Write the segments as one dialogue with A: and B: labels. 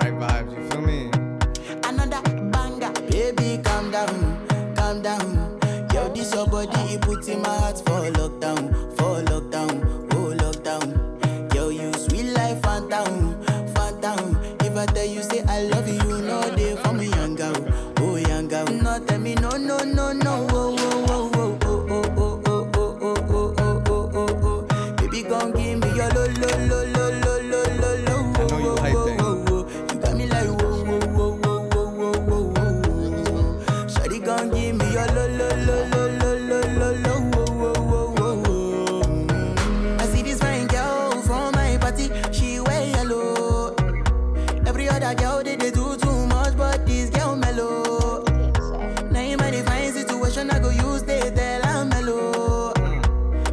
A: Oh, vibes, you feel me?
B: Another banger, baby, calm down, calm down. Yo, this your body, it puts in my heart for lockdown, for lockdown, oh lockdown. Yo, you sweet life, phantom, phantom. If I tell you say I love you, no day for me, young girl, oh young girl. No tell me no, no, no, no, oh, oh, oh, oh, oh, oh, oh, oh, oh, oh, oh, oh, oh, oh, oh. Baby, gon' give me your lo, lo, lo, lo, lo, lo, lo, lo.
A: I know you like
B: oh,
A: that.
B: oh, oh, oh. You got me like whoa, whoa, whoa, whoa, whoa, whoa, whoa, whoa, whoa. Shawty gon' give me your lo lo lo lo lo lo lo lo whoa, whoa, whoa, whoa, whoa. I see this fine girl from my party, she wear yellow. Every other girl they, they do too much, but this girl mellow. Now in my divine situation, I go use they tell I'm mellow.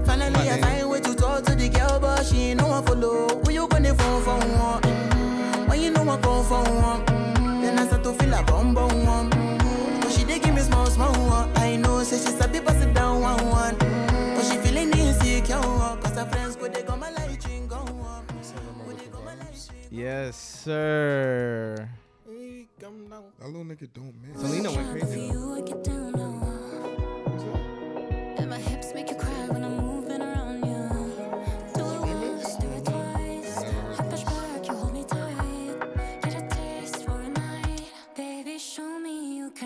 B: Finally, I
A: Money.
B: find way to talk to the girl, but she ain't no one follow. Who you gonna phone for one? Mm. When you know I call for one, mm. then I start to feel a bum bum one. Mm. But she did give me small small one. I know, say she's a people sit down one one. Mm. But she feeling insecure, one. cause her friends go they come and like drink on one. Go they come and like drink.
A: Yes, sir.
C: Hey, come down. That little nigga don't miss.
A: Selena went crazy. though.
C: Like, damn, you out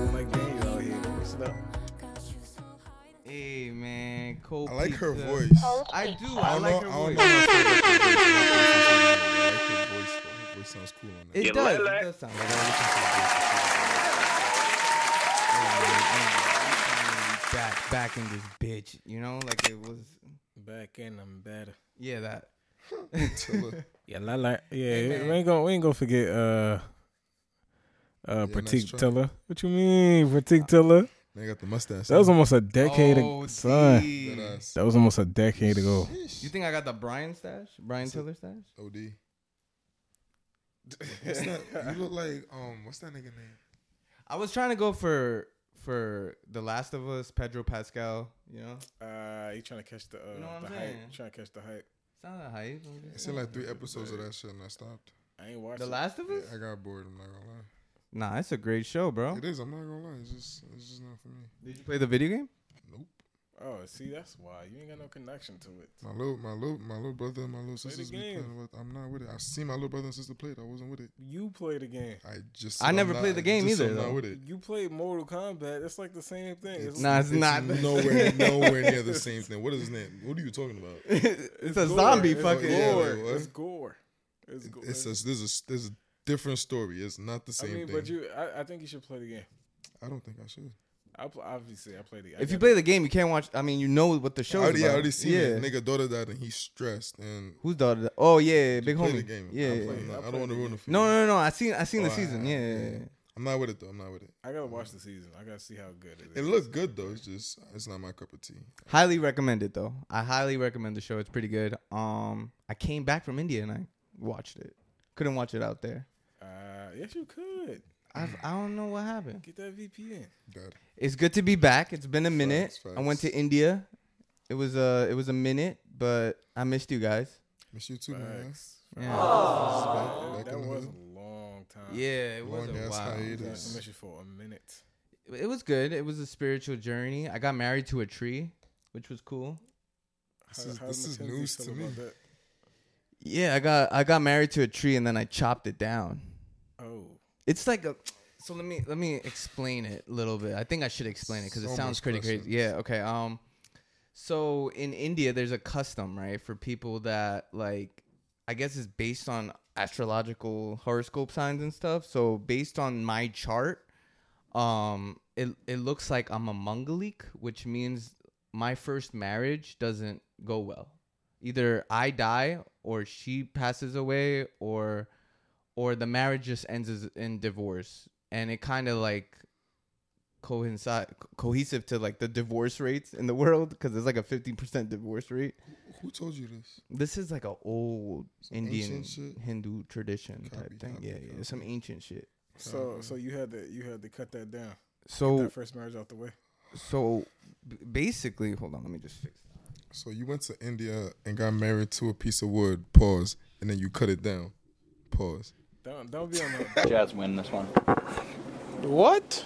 C: here. Listen up.
A: Hey man, cold
C: I like her
A: pizza.
C: voice.
A: I do. Oh, I, like her voice.
C: Her voice sounds cool on that.
A: It does. It does sound like her. back back in this bitch. You know, like it was.
D: Back in, I'm better.
A: Yeah, that.
D: Yeah, la la. Yeah, we ain't gonna we ain't gonna forget uh uh Pratik
C: try.
D: Tiller. What you mean, Pratik Tiller?
C: They got the mustache.
D: That was almost a decade
A: oh,
D: ago, son.
A: D.
C: That ass.
D: That was almost a decade ago.
A: You think I got the Brian stash? Brian Tiller stash?
C: OD. What's that? You look like um. What's that nigga name?
A: I was trying to go for for The Last of Us, Pedro Pascal. You know,
D: Uh, you trying to catch the uh,
A: know what I'm
D: the hype?
A: saying?
D: Trying to catch the hype?
A: it's not a hype. I'm
C: I
A: just
C: seen like three episodes of that shit and I stopped.
D: I ain't watched
A: The Last of Us?
C: I got bored. I'm not gonna lie.
A: Nah, it's a great show, bro.
C: It is. I'm not gonna lie. It's just. It's just not for me.
A: Did you play the video game?
C: Nope.
D: Oh, see, that's why you ain't got no connection to it.
C: My little, my little, my little brother and my little
D: Play the
C: sisters be
D: game.
C: playing with. I'm not with it. I've seen my little brother and sister play it. I wasn't with it.
D: You play the game.
C: I just.
A: I
C: I'm
A: never
C: not-
A: played the game
C: just
A: either,
C: I'm
A: though.
C: Not with it.
D: You played Mortal Kombat. It's like the same thing. It's
A: Nah, it's, not.
C: nowhere, nowhere near the same thing. What is his name? What are you talking about?
A: it's a
D: gore.
A: zombie
D: It's
A: fucking.
C: yeah.
D: gore.
C: like, what?
D: It's gore. It's gore.
C: It's a, there's a there's a different story. It's not the same
D: I mean,
C: thing.
D: but you, I, I think you should play the game.
C: I don't think I should.
D: I pl- obviously I play the. I
A: If you
D: got
A: play the game, you can't watch. I mean, you know what the
C: I
A: show
C: already,
A: is.
C: I
A: about.
C: already seen
A: yeah.
C: it. Nigga daughter died and he's stressed and
A: Who's daughter? Oh yeah, big
C: play
A: homie.
C: the game.
A: Yeah.
C: I'm
A: yeah.
C: playing-
D: yeah.
C: I
D: I
C: don't
D: played
C: want
D: the
C: to ruin
D: game.
C: it for
A: No,
C: you.
A: no, no, no. I seen, I seen the
C: Oh,
A: season.
C: I-
A: Yeah.
C: I'm not with it though. I'm not with it.
D: I gotta watch the season. I gotta see how good it
C: It
D: is.
C: looked good though. It's just it's not my cup of tea.
A: Highly recommend it though. I highly recommend the show. It's pretty good. Um, I came back from India and I watched it. Couldn't watch it out there.
D: Uh, yes, you could
A: I've, I don't know what happened.
D: get that VPN.
C: Dad,
A: It's good to be back. It's been a minute. I went
C: facts.
A: to India. It was uh it was a minute, but I missed you guys.
C: miss you too, man.
D: Facts.
A: Yeah.
C: It's back-
D: That,
C: back in the
D: was
C: hood.
D: a long time.
A: Yeah, it was
C: Long
A: a
C: ass
A: while.
D: I
C: hiatus.
D: missed you for a minute.
A: It was good. It was a spiritual journey. I got married to a tree, which was cool.
C: This
D: How-
C: is-
D: how
C: this is
D: Mackenzie
C: news
D: feel
C: to me.
D: about that?
A: Yeah, I got I got married to a tree and then I chopped it down.
D: Oh,
A: It's like a so let me let me explain it a little bit. I think I should explain it cuz
C: So
A: it sounds
C: much
A: pretty crazy.
C: questions.
A: Yeah, okay. Um so in India there's a custom, right, for people that like I guess it's based on astrological horoscope signs and stuff. So based on my chart, um it it looks like I'm a mongolique, which means my first marriage doesn't go well. Either I die or she passes away or or the marriage just ends as- in divorce and it kind of like coincide cohesive to like the divorce rates in the world because it's like a 15% divorce rate
C: Who told you this?
A: this is like a old indian
C: ancient shit?
A: hindu tradition
C: Copy,
A: type thing
C: copy,
A: yeah yeah
C: copy.
A: some ancient shit
C: Uh-huh.
D: so so you had to you had to cut that down.
A: so
D: That first marriage out the way.
A: so b- basically hold on let me just fix
C: So you went to India and got married to a piece of wood. Pause, and then you cut it down. Pause.
D: Don't don't be on no
E: Jazz win this one.
F: What?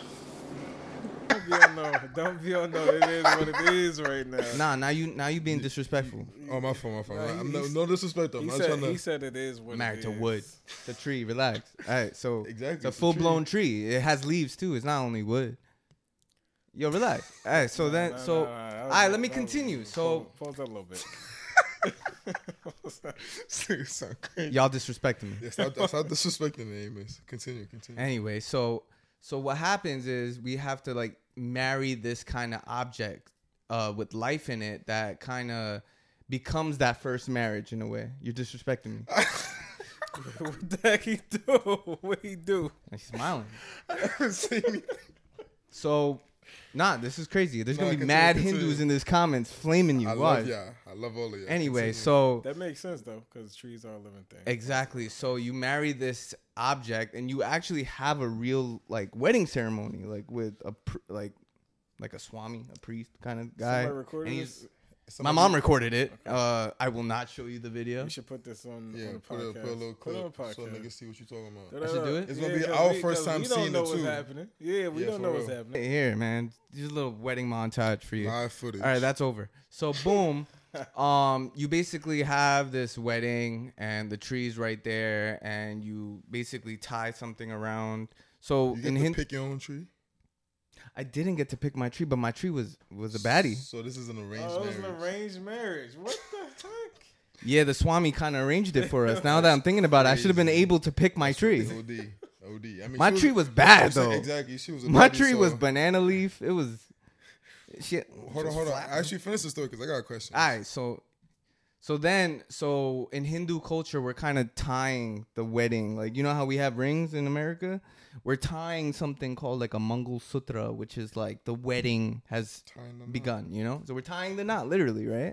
D: don't be on no don't be on no. It is what it is right now.
A: Nah, now you now you being disrespectful.
C: Oh my fault, my fault.
D: No, he-
C: I'm no,
D: he's-
C: no disrespect. though. I'm
D: He
C: not
D: said,
C: trying to.
D: he said it is what
A: Married
D: it
A: to
D: is.
A: wood, the tree. Relax. All right, so
C: Exactly,
A: it's a
C: it's a
A: full blown tree. It has leaves too. It's not only wood. Yo, relax. All right, so then
D: No, no,
A: so
D: no, that
A: all
D: was-
A: right, let me
D: that was-
A: continue. So
D: pause- pause that a little bit.
C: Dude, sound crazy.
A: y'all disrespecting me.
C: Yeah, stop, stop disrespecting the Amos. Continue, continue.
A: Anyway, so so what happens is we have to like marry this kind of object uh with life in it that kind of becomes that first marriage in a way. You're disrespecting me.
D: what the heck he do? What he do?
A: I'm smiling.
C: See me?
A: So, nah, this is crazy. There's
C: No,
A: gonna be
C: continue,
A: mad
C: continue.
A: Hindus in this comments flaming you.
C: I
A: Why?
C: love y'all. I love all of y'all.
A: Anyway,
C: Continue.
A: so
D: That makes sense though, because trees are a living thing.
A: exactly. So you marry this object, and you actually have a real like wedding ceremony, like with a pr- like like a swami, a priest kind of guy.
D: Somebody recorded
A: And
D: this?
A: he's- My mom recorded it. Uh, I will not show you the video.
D: We should put this on,
C: yeah,
D: on the
C: put a,
D: podcast.
C: put a little
D: Put it on
C: clip so
D: podcast.
C: niggas see what you talking about.
D: I
A: should do it?
C: It's gonna be our first time
D: we don't
C: seeing it,
D: know what's
C: too.
D: happening. Yeah, we
C: Yeah,
D: don't
C: for
D: know what's
C: real.
D: happening.
A: Hey, Here, man, just a little wedding montage for you.
C: Live footage.
A: All right, that's over. So boom, um, you basically have this wedding and the trees right there, and you basically tie something around. So
C: you get
A: in
C: to
A: Hind-
C: pick your own tree.
A: I didn't get to pick my tree, but my tree was was a baddie.
C: So this is an arranged
D: Oh, it was an
C: marriage.
D: arranged marriage. What the heck?
A: Yeah, the Swami kind of arranged it for us. Now that I'm thinking about it, I should have been able to pick my tree.
C: It's OD. OD. I mean,
A: My
C: she
A: tree was bad,
C: she-
A: though.
C: Exactly. She was. A
A: My
C: baddie,
A: tree was
C: so-
A: banana leaf. It was shit.
C: Hold on, hold on. I actually finished the story because I got a question.
A: All right, so so then so in Hindu culture we're kind of tying the wedding. Like you know how we have rings in America? We're tying something called like a Mangal Sutra, which is like the wedding has
C: Tying the knot.
A: begun, you know? So we're tying the knot literally, right?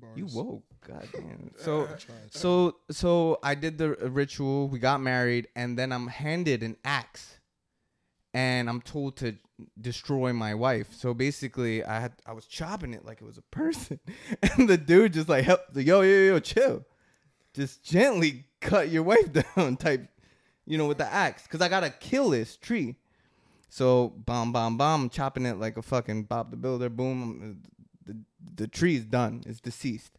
C: Bars.
A: You woke, goddamn. So, so, so I did the ritual. We got married, and then I'm handed an axe, and I'm told to destroy my wife. So basically, I had I was chopping it like it was a person, and the dude just like help, yo, yo, yo, chill, just gently cut your wife down, type, you know, with the axe, because I gotta kill this tree. So bomb, bomb, bomb, chopping it like a fucking Bob the Builder. Boom, um, the the tree's done. It's deceased.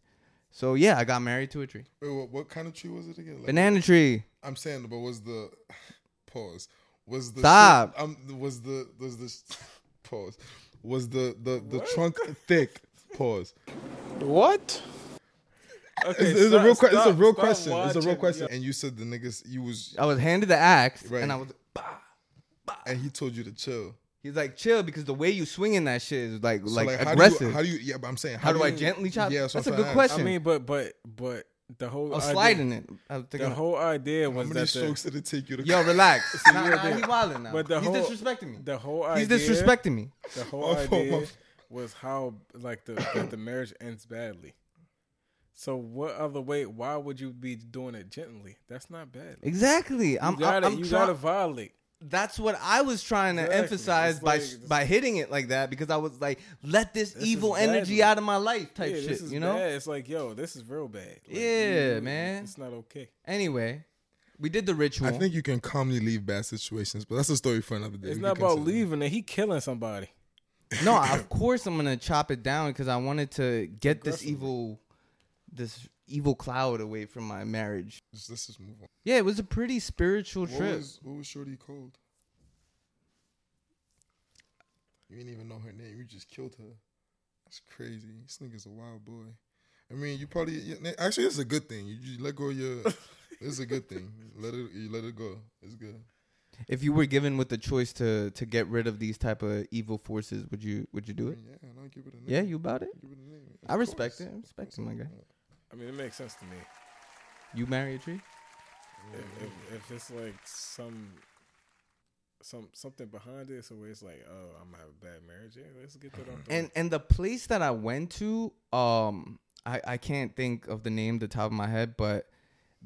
A: So yeah, I got married to a tree,
C: Wait, what, what kind of tree was it again? Like,
A: banana tree.
C: I'm saying, but was the pause? Was the
A: Stop.
C: Um, was the was the pause? Was the the the trunk thick? Pause.
F: What?
D: Okay,
C: It's, it's a real
D: stop-
C: question. It's a
D: stop-
C: real
D: stop
C: question. It's a real
D: watching.
C: question. And you said the niggas you was
A: I was handed the axe,
C: Right.
A: and I was.
C: and he told you to chill.
A: He's like, chill, because the way you swinging that shit is like
C: So,
A: like,
C: how Do
A: aggressive.
C: you, how do you? Yeah, but I'm saying,
A: How do I
C: you-
A: gently chop?
C: Yeah, so
A: That's a
C: I'm
A: good
C: trying to ask.
A: question.
D: I mean, but but but the whole
A: I was
D: idea-
A: sliding it. I was
D: The
A: thinking,
D: whole idea
C: How
D: was
C: many
D: that
C: strokes
D: the,
C: did it take you to?
A: yo, relax. nah, nah,
D: idea-
A: he wilding now.
D: but the
A: He's
D: whole-
A: disrespecting me.
D: the whole
A: He's Oh.
D: idea
A: disrespecting me.
D: the whole
C: My fault, my
D: idea
C: fault.
D: was how like the that the marriage ends badly. So what other way? Why would you be doing it gently? That's not bad. You
A: Exactly. I'm.
D: gotta,
A: I'm, I'm
D: you
A: try-
D: gotta violate.
A: that's what I was trying to
D: Exactly.
A: emphasize
D: It's
A: by
D: like-
A: s- by hitting it like that because I was like, let this,
D: is
A: evil
D: bad.
A: energy out of my life type
D: yeah,
A: shit.
D: this is
A: You know.
D: bad. It's like yo, this is real bad. Like,
A: Yeah, man.
D: it's not okay.
A: Anyway, we did the ritual.
C: I think you can calmly leave bad situations, but that's a story for another day.
D: It's
C: We
D: not
C: can
D: about
C: continue.
D: leaving it. He killing somebody.
A: no, of course I'm gonna chop it down because I wanted to get this
D: Aggressively.
A: evil, this evil cloud away from my marriage.
C: Just- Let's just move on.
A: Yeah, it was a pretty spiritual
C: What
A: trip.
C: was what was Shorty called? You didn't even know her name. You just killed her. That's crazy. This nigga's a wild boy. I mean, you probably you- actually it's a good thing. You, you let go of your. it's a good thing. Let it. You let it go. It's good.
A: If you were given with the choice to to get rid of these type of evil forces, would you would you do
C: I
A: it?
D: Mm-hmm.
C: mean, yeah, no, give it a name.
A: Yeah, you about it?
C: Give it a name. Of
A: I respect
C: course.
A: it. I respect it, my guy.
D: I mean, it makes sense to me.
A: You marry a tree?
D: If, if, if it's like some some something behind it, so where it's like, oh, I'm gonna have a bad marriage. Yeah, let's get that off the
A: And and the place that I went to, um, I I can't think of the name the top of my head, but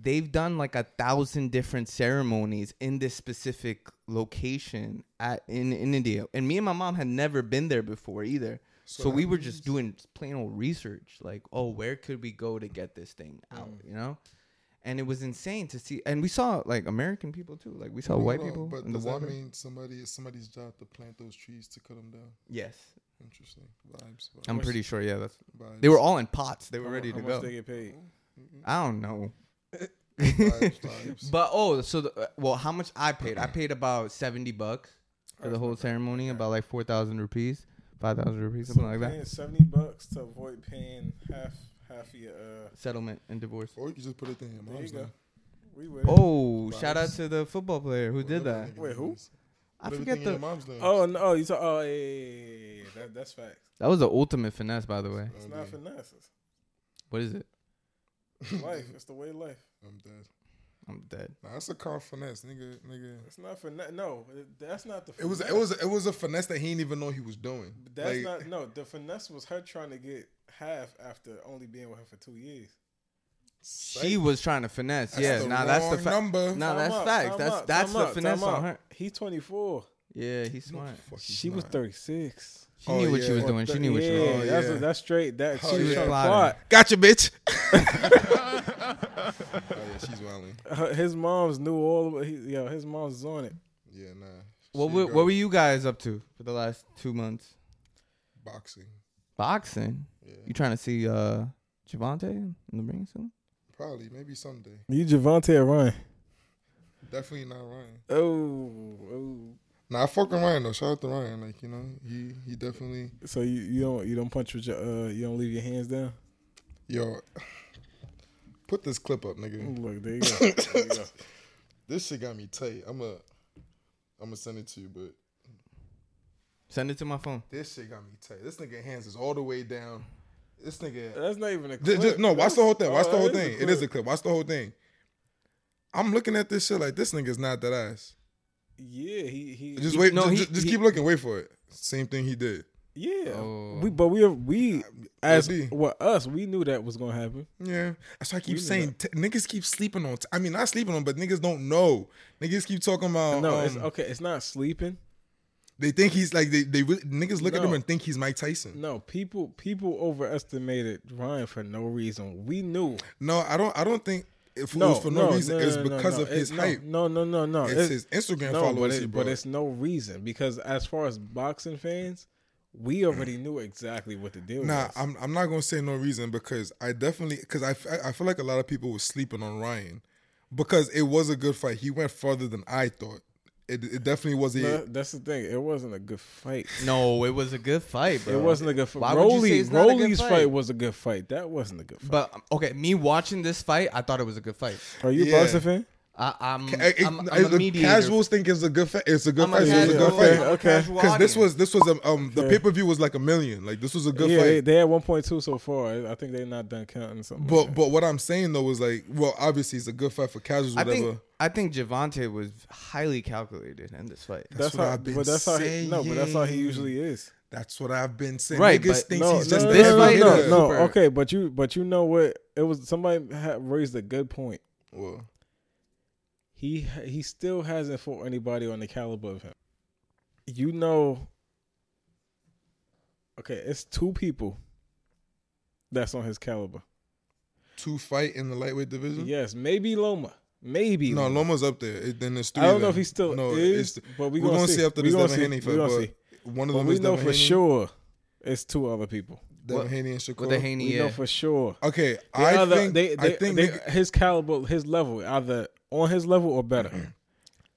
A: they've done like a thousand different ceremonies in this specific location at in in India. And me and my mom had never been there before either. So, we
C: that
A: were just
C: means-
A: doing plain old research, like, oh, where could we go to get this thing out, you know? And it was insane to see, and we saw like American people too, like we saw white
C: Hold on,
A: people
C: But
A: in the
C: does
A: water.
C: that mean somebody it's somebody's job to plant those trees to cut them down?
A: yes,
C: Interesting vibes. vibes
A: I'm pretty sure. Yeah, that's
C: vibes.
A: they were all in pots. They were
D: How
A: ready to
D: mu- how much
A: go.
D: They get paid.
A: I don't know.
C: vibes, vibes.
A: But oh, so the, well, how much I paid? I paid about seventy bucks for the whole ceremony, about like four thousand rupees, five thousand rupees, something like
D: Paying
A: that.
D: seventy bucks to avoid paying half half of your. Uh,
A: Settlement and divorce.
C: Or you could just put it in your
D: there you
C: mom's
D: go.
C: name.
D: We would.
A: Oh, shout out to the football player who did that.
C: Everything
D: Wait, who?
C: is-
A: I
C: put
A: forget
C: everything in your
A: the.
C: mom's name.
D: Oh no! You talk. Oh yeah, yeah, yeah, yeah, yeah. That, that's facts.
A: That was the ultimate finesse, by the way.
D: It's
C: Oh,
D: not
C: damn.
D: finesse.
A: What is it?
D: It's life. It's the way of life.
C: I'm dead.
A: I'm dead.
C: Nah, that's a car finesse, nigga. Nigga.
D: It's not finesse. No, it- that's not the.
C: It was. It
D: finesse.
C: was. It was a finesse that he didn't even know he was doing.
D: That's
C: Like,
D: not no. The finesse was her trying to get half after only being with her for two years.
A: She was trying to finesse. yeah,
C: the
A: now that's the
C: wrong
A: fact.
C: number.
A: Now that's
D: out,
A: facts.
D: time
A: That's
D: out,
A: that's
D: time
A: the
D: out,
A: finesse
D: time
A: on
D: out.
A: her.
D: He's twenty four.
A: Yeah, he's smart.
C: Fuck, he's
D: She was
C: not.
D: thirty six.
A: She
C: Oh,
A: knew what she
C: yeah.
A: was doing. She knew what she was
D: yeah,
A: doing. Oh,
D: that's
C: yeah.
D: that's straight. That she
C: Oh,
D: was
C: yeah.
D: trying to
A: Plotting.
D: plot.
C: Gotcha, bitch. oh, yeah, she's wilding.
D: Her- His mom's knew all. About, he, yo, his mom's was on it.
C: Yeah, nah.
A: What
C: She
A: were,
C: go
A: what were you guys up to for the last two months?
C: boxing?
A: Boxing.
C: Yeah,
A: You trying to see uh Javante in the ring soon?
C: probably maybe someday.
D: You Javante or Ryan?
C: Definitely not Ryan.
D: Oh, oh.
C: Nah, I fuck with Ryan though. Shout out to Ryan. Like you know, he he definitely
D: So you, you don't you don't punch with your uh you don't leave your hands down.
C: yo. Put this clip up, nigga.
D: Look, there you go. There you go.
C: This shit got me tight. I'm a, I'm gonna send it to you, but
A: Send it to my phone.
C: this shit got me tight. This nigga hands is all the way down. This nigga.
D: That's not even a
C: Ju-
D: clip.
C: ju- no, watch the whole thing.
D: That's-
C: Watch
D: oh,
C: the whole
D: that
C: thing. it is a clip. Watch the whole thing. I'm looking at this shit like this nigga's not that ass.
D: Yeah, he he.
C: Just wait.
A: no,
C: ju- ju-
A: he-
C: just,
A: he-
C: keep looking. Wait for it. Same thing he did.
D: yeah,
A: Oh.
D: we but we are, we as
C: be.
D: well us we knew that was gonna happen.
C: Yeah, that's why I keep saying t- niggas keep sleeping on. T- I mean, not sleeping on, but niggas don't know. Niggas keep talking about.
D: No,
C: um,
D: it's okay. It's not sleeping.
C: They think he's like they. They really, niggas look at him
D: No.
C: and think he's Mike Tyson.
D: No, people people overestimated Ryan for no reason. We knew.
C: No, I don't. I don't think if it
D: No,
C: was for no, reason,
D: no,
C: it's
D: no, no,
C: because
D: no.
C: of his
D: It's- no,
C: hype.
D: No, no, no, no.
C: It's his Instagram
D: but,
C: followers he
D: it- but
C: brought.
D: it's no reason because as far as boxing fans, we already knew exactly what the deal
C: Nah,
D: was.
C: I'm I'm not gonna say no reason because I definitely because I, f- I feel like a lot of people were sleeping on Ryan because it was a good fight. He went farther than I thought. It, it definitely was a
D: Nah, that's the thing. It wasn't a good fight.
A: No, it was a good fight, bro.
D: It wasn't a good
A: Why
D: fight.
A: would you say
D: Rolly,
A: it's not a good
D: Rolly's
A: fight?
D: fight? was a good fight. That wasn't a good fight.
A: But um, okay, me watching this fight, I thought it was a good fight.
D: Are you a
C: Yeah.
D: boxing fan?
A: I, I'm,
C: It- it-
A: I'm, I'm
C: it-
A: a mediator.
C: casuals think it's a good fight. It's a good
A: I'm a
C: fight. so It's a
A: casual.
C: good
D: okay,
C: fight.
A: I'm a
D: okay.
A: casual
C: Because this
A: audience.
C: was this was um, um the
D: Okay.
C: pay per view was like a million. Like this was a good
D: yeah, they,
C: fight.
D: they had 1.2 so far. I- I think they're not done counting something. like
C: But but what I'm saying though is like well obviously it's a good fight for casuals.
A: I
C: Whatever.
A: think I think Javante was highly calculated in this fight.
D: that. that's
C: what
D: how.
C: I've been
D: but that's how. He, no, but that's how he
C: saying.
D: usually is.
C: That's what I've been saying.
A: Right,
C: Niggas
A: but
C: thinks
D: no,
C: he's
D: no,
C: just
D: no,
C: the
D: no,
C: heavy
D: no,
C: hitter.
D: no,
A: Super.
D: Okay, but you but you know what? It was somebody had raised a good point.
C: Well,
D: He he still hasn't fought anybody on the caliber of him. You know. Okay, it's two people. That's on his caliber.
C: two fight in the lightweight division.
D: Yes, maybe Loma. Maybe
C: Hmm? No,
D: Loma.
C: Loma's up there. It, then it's three.
D: I don't
C: then.
D: know if he still
C: no,
D: is,
C: it's-
D: but we
C: we're
D: gonna
C: gonna
D: see.
C: see, after
D: We
C: this
D: gonna
C: Devin
D: see.
C: Haney
D: We
C: fight.
D: gonna
C: but
D: see.
C: One of
D: But
C: them
D: we
C: is
D: know
C: Devin
D: for
C: Haney.
D: sure it's two other people.
C: Devin
A: What-
C: Haney and
A: With the
C: Shakur.
A: Haney,
D: We
A: yeah.
D: know for sure.
C: okay,
D: The
C: I,
D: other-
C: think,
D: they,
C: I
D: they-
C: think
D: they-
C: nigga-
D: his caliber, his level, either on his level or
C: Mm-hmm.
D: better.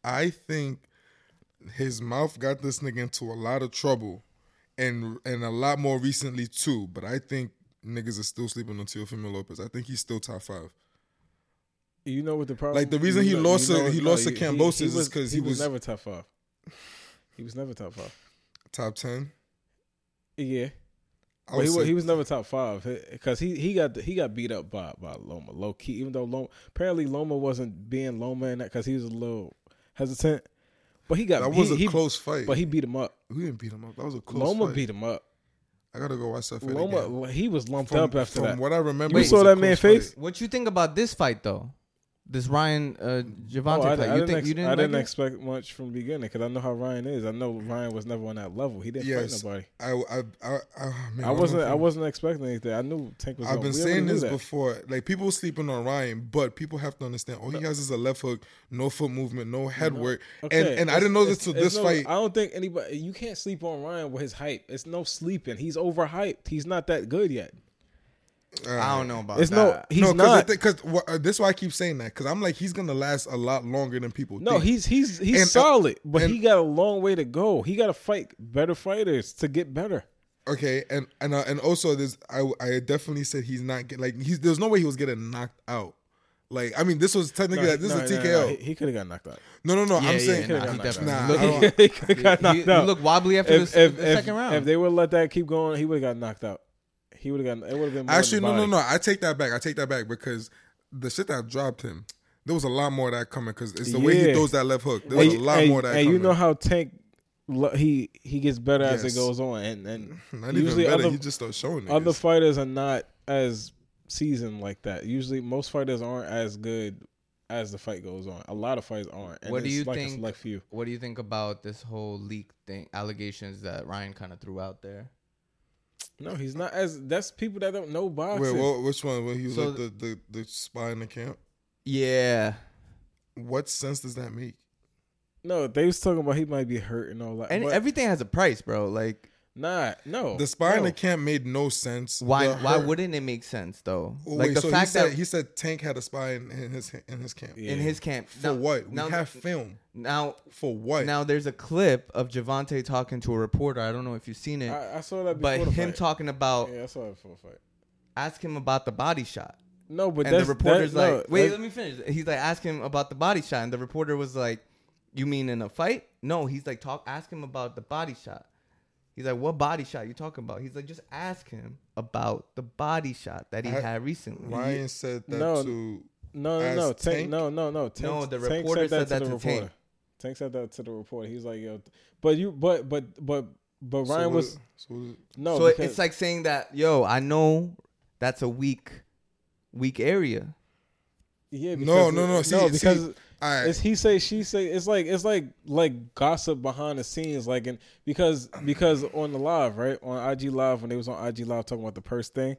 C: I think his mouth got this nigga into a lot of trouble, and and a lot more recently too. But I think niggas are still sleeping on Teofimo Lopez. I think he's still top five.
D: You know what the problem?
C: Like, the reason
D: you
C: he
D: know-
C: lost
D: you
C: to-
D: know-
C: he lost to Cambosis is
D: was-
C: 'cause he
D: he was
C: was-
D: never top five. He was never top five.
C: Top ten.
D: Yeah,
C: I
D: but he
C: would
D: was,
C: say-
D: he was never top five because he he got he got beat up by by Loma low key. Even though Loma apparently Loma wasn't being Loma in that because he was a little hesitant, but he got
C: that was
D: he-
C: a
D: he-
C: close fight.
D: But he beat him up.
C: we didn't beat him up. That was a close
D: Loma
C: fight.
D: beat him up.
C: I gotta go watch that fight
D: Loma,
C: again.
D: he was lumped
C: From,
D: up after
C: from
D: that.
C: what I remember,
D: You
C: it was
D: saw
C: a
D: that man
C: close fight.
D: face?
A: What you think about this fight though? This Ryan uh, Javante
D: Oh, I, I
A: fight. you
D: didn't,
A: think
D: ex-
A: you didn't?
D: I didn't
A: like it?
D: expect much from the beginning because I know how Ryan is. I know Ryan was never on that level. He didn't
C: Yes,
D: fight nobody.
C: I, I, I, I, man,
D: I wasn't.
C: don't
D: I
C: know.
D: wasn't expecting anything. I knew Tank was.
C: I've
D: gonna-
C: been
D: we already
C: saying
D: knew
C: this
D: that.
C: before. Like people sleeping on Ryan, but people have to understand all he has is a left hook, no foot movement, no head work. And and I
D: it's-
C: didn't know this
D: it's-
C: till
D: it's
C: this
D: no-
C: fight.
D: I don't think anybody. You can't sleep on Ryan with his hype. It's no sleeping. He's overhyped. He's not that good yet.
A: I don't know about
D: It's no.
A: that.
D: He's
C: Uh, no,
D: not.
C: because uh, this is why I keep saying that because I'm like he's gonna last a lot longer than people.
D: no,
C: think.
D: he's he's he's
C: And- uh,
D: solid, but
C: and-
D: he got a long way to go. He got to fight better fighters to get better.
C: okay. And and uh, and also this, I I definitely said he's not get, like he's. There's no way he was getting knocked out. Like I mean, this was technically
D: No,
C: like, this
D: no,
C: is a
D: no, no, He,
C: TKO.
D: could have got knocked out.
C: No, no, no.
A: Yeah,
C: I'm
A: yeah,
C: saying
A: nah, he
D: Nah,
A: definitely.
C: nah,
A: look,
C: I don't-
A: he-
D: he could got
A: he,
D: knocked
A: he
D: out.
A: looked wobbly after
D: if,
A: the,
D: if,
A: the
D: if,
A: second round.
D: if they would have let that keep going, he would have got knocked out. He would have got. It would have been more in
C: Actually,
D: the
C: no, no,
D: body.
C: no. I take that back. I take that back because the shit that dropped him, there was a lot more of that coming because it's the way he
D: Yeah.
C: throws that left hook. There was
D: and,
C: a lot
D: and-
C: more of that
D: and
C: coming.
D: you know how Tank lo- he he gets better as
C: Yes.
D: it goes on, and and
C: Not even
D: usually
C: better.
D: other
C: he just starts showing it.
D: other fighters are not as seasoned like that. Usually, most fighters aren't as good as the fight goes on. A lot of fights aren't. And
A: what do
D: it's
A: you
D: like A
A: think?
D: select few.
A: What do you think about this whole leak thing, allegations that Ryan kind of threw out there?
D: No, he's not as. That's people that don't know
C: Wait,
D: boxing.
C: wha- which one? When he was
A: So
C: like the, the, the spy in the camp?
A: Yeah,
C: What sense does that make?
D: no, they was talking about he might be hurt and all that.
A: and
D: but
A: everything has a price, bro. Like,
D: nah, no,
C: The spy in
D: no.
C: the camp made no sense.
A: Oh. why?
C: The
A: Why
C: hurt-
A: wouldn't it make sense though?
C: Oh,
A: like
C: wait,
A: the
C: so
A: fact
C: he said,
A: that
C: he said Tank had a spy in, in his in his camp.
D: Yeah.
A: in his camp
C: For
A: now-
C: what? We
A: now,
C: have film.
A: now
C: For what?
A: Now there's a clip of Javante talking to a reporter. I don't know if you've seen it,
D: I, I saw that.
A: but
D: before the
A: him
D: fight.
A: talking about
D: Yeah, I saw it before the fight.
A: ask him about the body shot,
D: No, but
A: and
D: that's,
A: the reporter's
D: that,
A: like,
D: no,
A: "Wait,
D: that-
A: let me finish." He's like, "Ask him about the body shot," and the reporter was like, "You mean in a fight?" No, he's like, "Talk, ask him about the body shot." He's like, "What body shot you talking about?" He's like, "Just ask him about the body shot that he
C: I-
A: had recently."
C: Ryan said that
D: No.
C: to.
D: No, no,
C: as
D: no, Tank,
C: Tank?
D: no, no, no. Tank,
A: No, the
D: Tank
A: reporter said that to Tank.
D: reporter. Tank said that to the reporter. He's like, yo, but you, but, but, but, but
C: so
D: Ryan
C: what-
D: was
C: so what-
D: no.
A: so it-
D: because-
A: it's like saying that, "Yo, I know that's a weak, weak area."
D: yeah,
C: No,
D: because,
C: no, no. See,
D: no,
C: see,
D: because
C: all right.
D: it's he say she say. It's like it's like like gossip behind the scenes, like and because because on the live right on IG live when they was on IG live talking about the purse thing,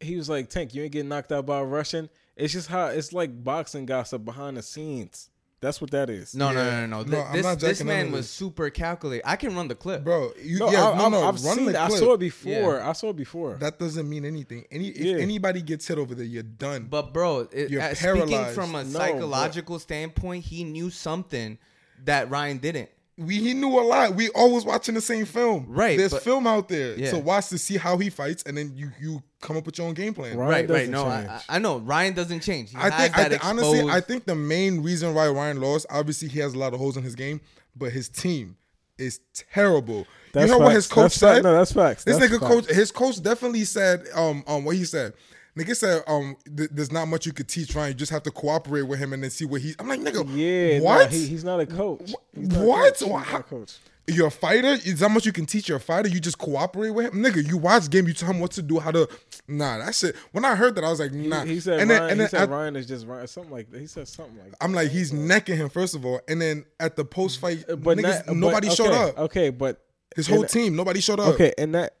D: he was like, Tank, you ain't getting knocked out by a Russian. It's just how it's like boxing gossip behind the scenes. That's what that is.
A: No, no, no, no,
C: Yeah.
A: no.
C: No,
A: Th-
C: I'm
A: This,
C: not
A: this
C: jacking none
A: man
C: of
A: was
C: this.
A: super calculated. I can run the clip.
C: Bro, you,
D: No,
C: yeah,
D: I,
C: no,
D: I'm-
C: no.
D: I've
C: run
D: seen
C: the
D: it. I
C: clip.
D: saw it before.
A: Yeah.
D: I saw it before.
C: That doesn't mean anything. Any if
D: Yeah.
C: anybody gets hit over there, you're done.
A: But bro, it,
C: You're
A: uh, speaking
C: paralyzed.
A: from a
D: No, but-
A: psychological standpoint, he knew something that Ryan didn't.
C: we he knew a lot. We always watching the same film.
A: Right,
C: There's
A: but-
C: film out there
A: Yeah.
C: to watch to see how he fights, and then you you come up with your own game plan.
D: Right.
A: Right, right.
D: doesn't
A: No, I,
D: change.
A: I I know Ryan doesn't change. He
C: I
A: has
C: think, I
A: that
C: think honestly, I
A: exposed-
C: think the main reason why Ryan lost, obviously, he has a lot of holes in his game, but his team is terrible.
D: That's
C: you heard what
D: facts.
C: his coach
D: That's fact-
C: said?
D: no, that's facts.
C: This
D: That's
C: nigga
D: facts.
C: coach, his coach definitely said, um, um, what he said. Nigga said, um, th- there's not much you could teach Ryan. You just have to cooperate with him and then see what he. I'm like, nigga,
D: yeah, no,
C: what?
D: he, he's not a coach. He's not a
C: What?
D: coach. He's not a
C: Wha-
D: coach.
C: You're a fighter. Is that much you can teach your fighter? You just cooperate with him, nigga. You watch game. You tell him what to do, how to. Nah, that shit. When I heard that, I was like, nah.
D: He, he said,
C: and
D: Ryan,
C: then, and
D: he
C: then
D: said
C: at-
D: Ryan is just Ryan. Something like that. He said something like. that.
C: I'm like, he's necking him first of all, and then at the post fight,
D: Uh, But
C: niggas,
D: not- but-
C: nobody showed
D: okay,
C: up.
D: Okay, but
C: His
D: in
C: whole
D: that-
C: team, nobody showed up.
D: Okay, in that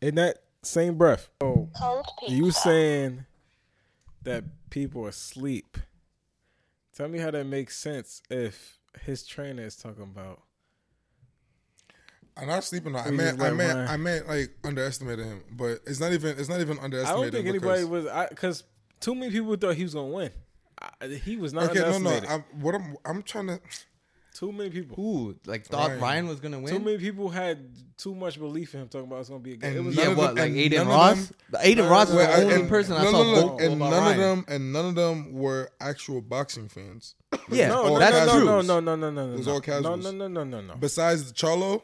D: in that same breath, oh, you saying that people are asleep. Tell me how that makes sense if his trainer is talking about
C: I'm not sleeping. on- I
D: We
C: meant,
D: just let
C: I meant,
D: Ryan-
C: I meant like underestimating him, but it's not even, it's not even
D: I don't
C: underestimating.
D: think
C: because-
D: anybody was because too many people thought he was gonna win. I, he was not
C: Okay, no, no.
D: underestimated.
C: I'm, what I'm, I'm trying to.
D: too many people.
A: ooh, like thought Ryan,
C: Ryan.
A: was gonna
D: Too
A: win.
D: many people had too much belief in him talking about it's gonna be a game.
C: And
D: It was
C: none
A: Yeah,
C: of
A: what?
C: them-
A: Like Aiden
C: and none of
A: Ross.
C: them-
A: Aiden
D: no,
A: Ross
D: no,
A: was
D: no,
A: the
D: no,
A: only
D: and-
A: person I
C: no,
A: saw
C: no, no,
A: vocal
C: and
A: about
C: none
A: Ryan.
C: of them, and none of them were actual boxing fans.
A: Yeah,
D: no,
C: all
D: no,
A: that's
D: no,
A: true.
D: no, no, no, no, no, no, no.
C: was all casuals.
D: No, no, no, no, no, no.
C: Besides Charlo,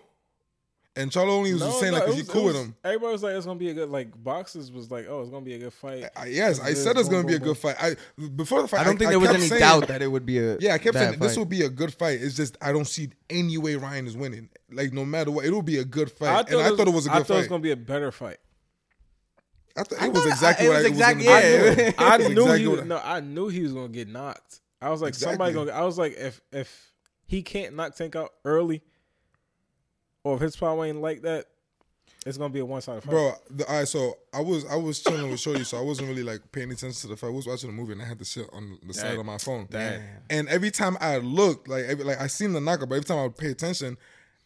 C: and Charlo only was
D: no,
C: saying
D: no,
C: that because
D: it
C: he
D: was-
C: cool
D: it
C: with
D: was-
C: him.
D: Everybody was like, "It's gonna be a good." Like boxers was like, "Oh, it's gonna be a good fight."
C: I, yes, I
D: This
C: said it's
D: boom,
C: gonna be a
D: boom,
C: good fight. I before the fight,
A: I don't think there was
C: kept
A: any
C: saying-
A: doubt that it would be a.
C: Yeah, I kept
A: bad
C: saying this
A: fight.
C: will be a good fight. It's just I don't see any way Ryan is winning. Like no matter what, it'll be a good fight. and I thought it was a
D: I
C: good
D: thought it was
C: fight.
D: gonna be a better fight.
C: I thought
A: I
C: it was
A: thought I-
C: exactly
A: it
C: what
A: was
C: I it was
A: exact-
C: exactly
A: yeah.
C: what
D: I
C: it was
D: knew
C: exactly
D: he
C: what
D: was, no, I knew he was gonna get knocked. I was like, somebody
C: Exactly.
D: gonna. I was like, if if he can't knock Tank out early, or if his power ain't like that, it's gonna be a one sided fight.
C: Bro, the, all right, so I was I was chilling with Shorty, so I wasn't really like paying attention to the fight. I was watching the movie and I had the shit on the side of my phone. And every time I looked, like every, like I seen the knockout, but every time I would pay attention,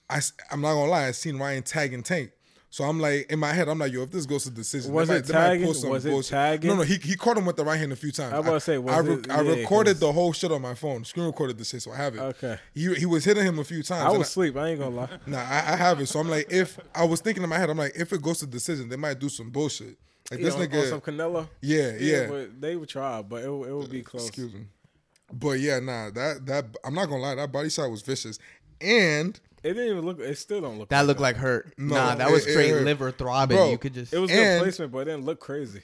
C: I am not gonna lie, I seen Ryan tagging Tank. So I'm like in my head, I'm like, yo, if this goes to decision,
D: Was
C: they
D: it
C: might- they might
D: tagging?
C: pull some
D: Was it
C: bullshit.
D: tagging?
C: No, no, he, he caught him with the right hand a few times.
D: I was about to say, was
C: I,
D: it-
C: I
D: yeah,
C: recorded
D: 'cause-
C: the whole shit on my phone, screen recorded the shit, so I have it.
D: Okay.
C: He he was hitting him a few times.
D: I
C: and
D: was asleep. I ain't gonna lie.
C: Nah, I, I have it. So I'm like, if I was thinking in my head, I'm like, if it goes to decision, they might do some bullshit. Like
D: You
C: this
D: know, on
C: nigga,
D: some Canelo.
C: yeah, yeah.
D: But they would try, but it, would- it would be close.
C: Excuse me. But yeah, nah, that that I'm not gonna lie, that body shot was vicious, and
D: It didn't even look. It still don't look.
A: That looked like hurt.
C: No,
A: nah, that
C: it-
A: was
C: it
A: straight
C: hurt.
A: liver throbbing.
C: Bro,
A: you could just.
D: it was
C: and-
D: good placement, but it didn't look crazy.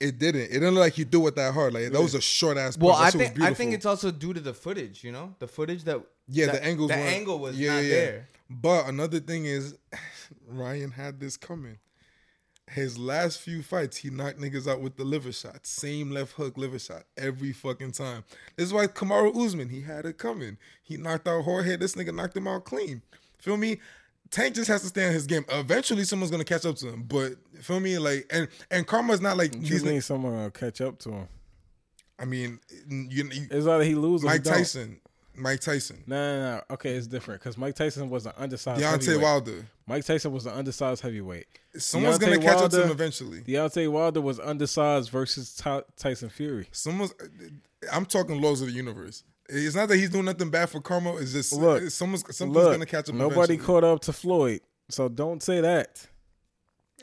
C: it didn't. It didn't look like you do it that hard. Like that was a short ass.
A: well,
C: punch. That
A: I
C: shit was
A: think I think
C: beautiful.
A: it's also due to the footage. You know, the footage that.
C: yeah,
A: that-
C: the angles.
A: The
C: weren't-
A: angle was not there.
C: But another thing is, Ryan had this coming. His last few fights, he knocked niggas out with the liver shot. Same left hook, liver shot every fucking time. This is why Kamaru Usman, he had it coming. He knocked out Jorge. This nigga knocked him out clean. Feel me? Tank just has to stay on his game. Eventually, someone's gonna catch up to him. But feel me, like, and and karma's not like
D: You
C: these.
D: need
C: Niggas,
D: someone gonna catch up to him.
C: I mean, you, you,
D: It's either he loses.
C: Mike
D: or he don't.
C: Tyson, Mike Tyson,
D: No, no, no. Okay, it's different because Mike Tyson was an undersized.
C: Deontay
D: heavyweight.
C: Wilder.
D: Mike Tyson was an undersized heavyweight.
C: Someone's
D: Deontay
C: gonna catch up to
D: Wilder-
C: him eventually.
D: Deontay Wilder was undersized versus Ty- Tyson Fury.
C: Someone's. I'm talking laws of the universe. It's not that he's doing nothing bad for karma. It's just
D: Look,
C: it's- someone's something's
D: Look,
C: gonna catch up.
D: nobody
C: eventually.
D: caught up to Floyd, so don't say that.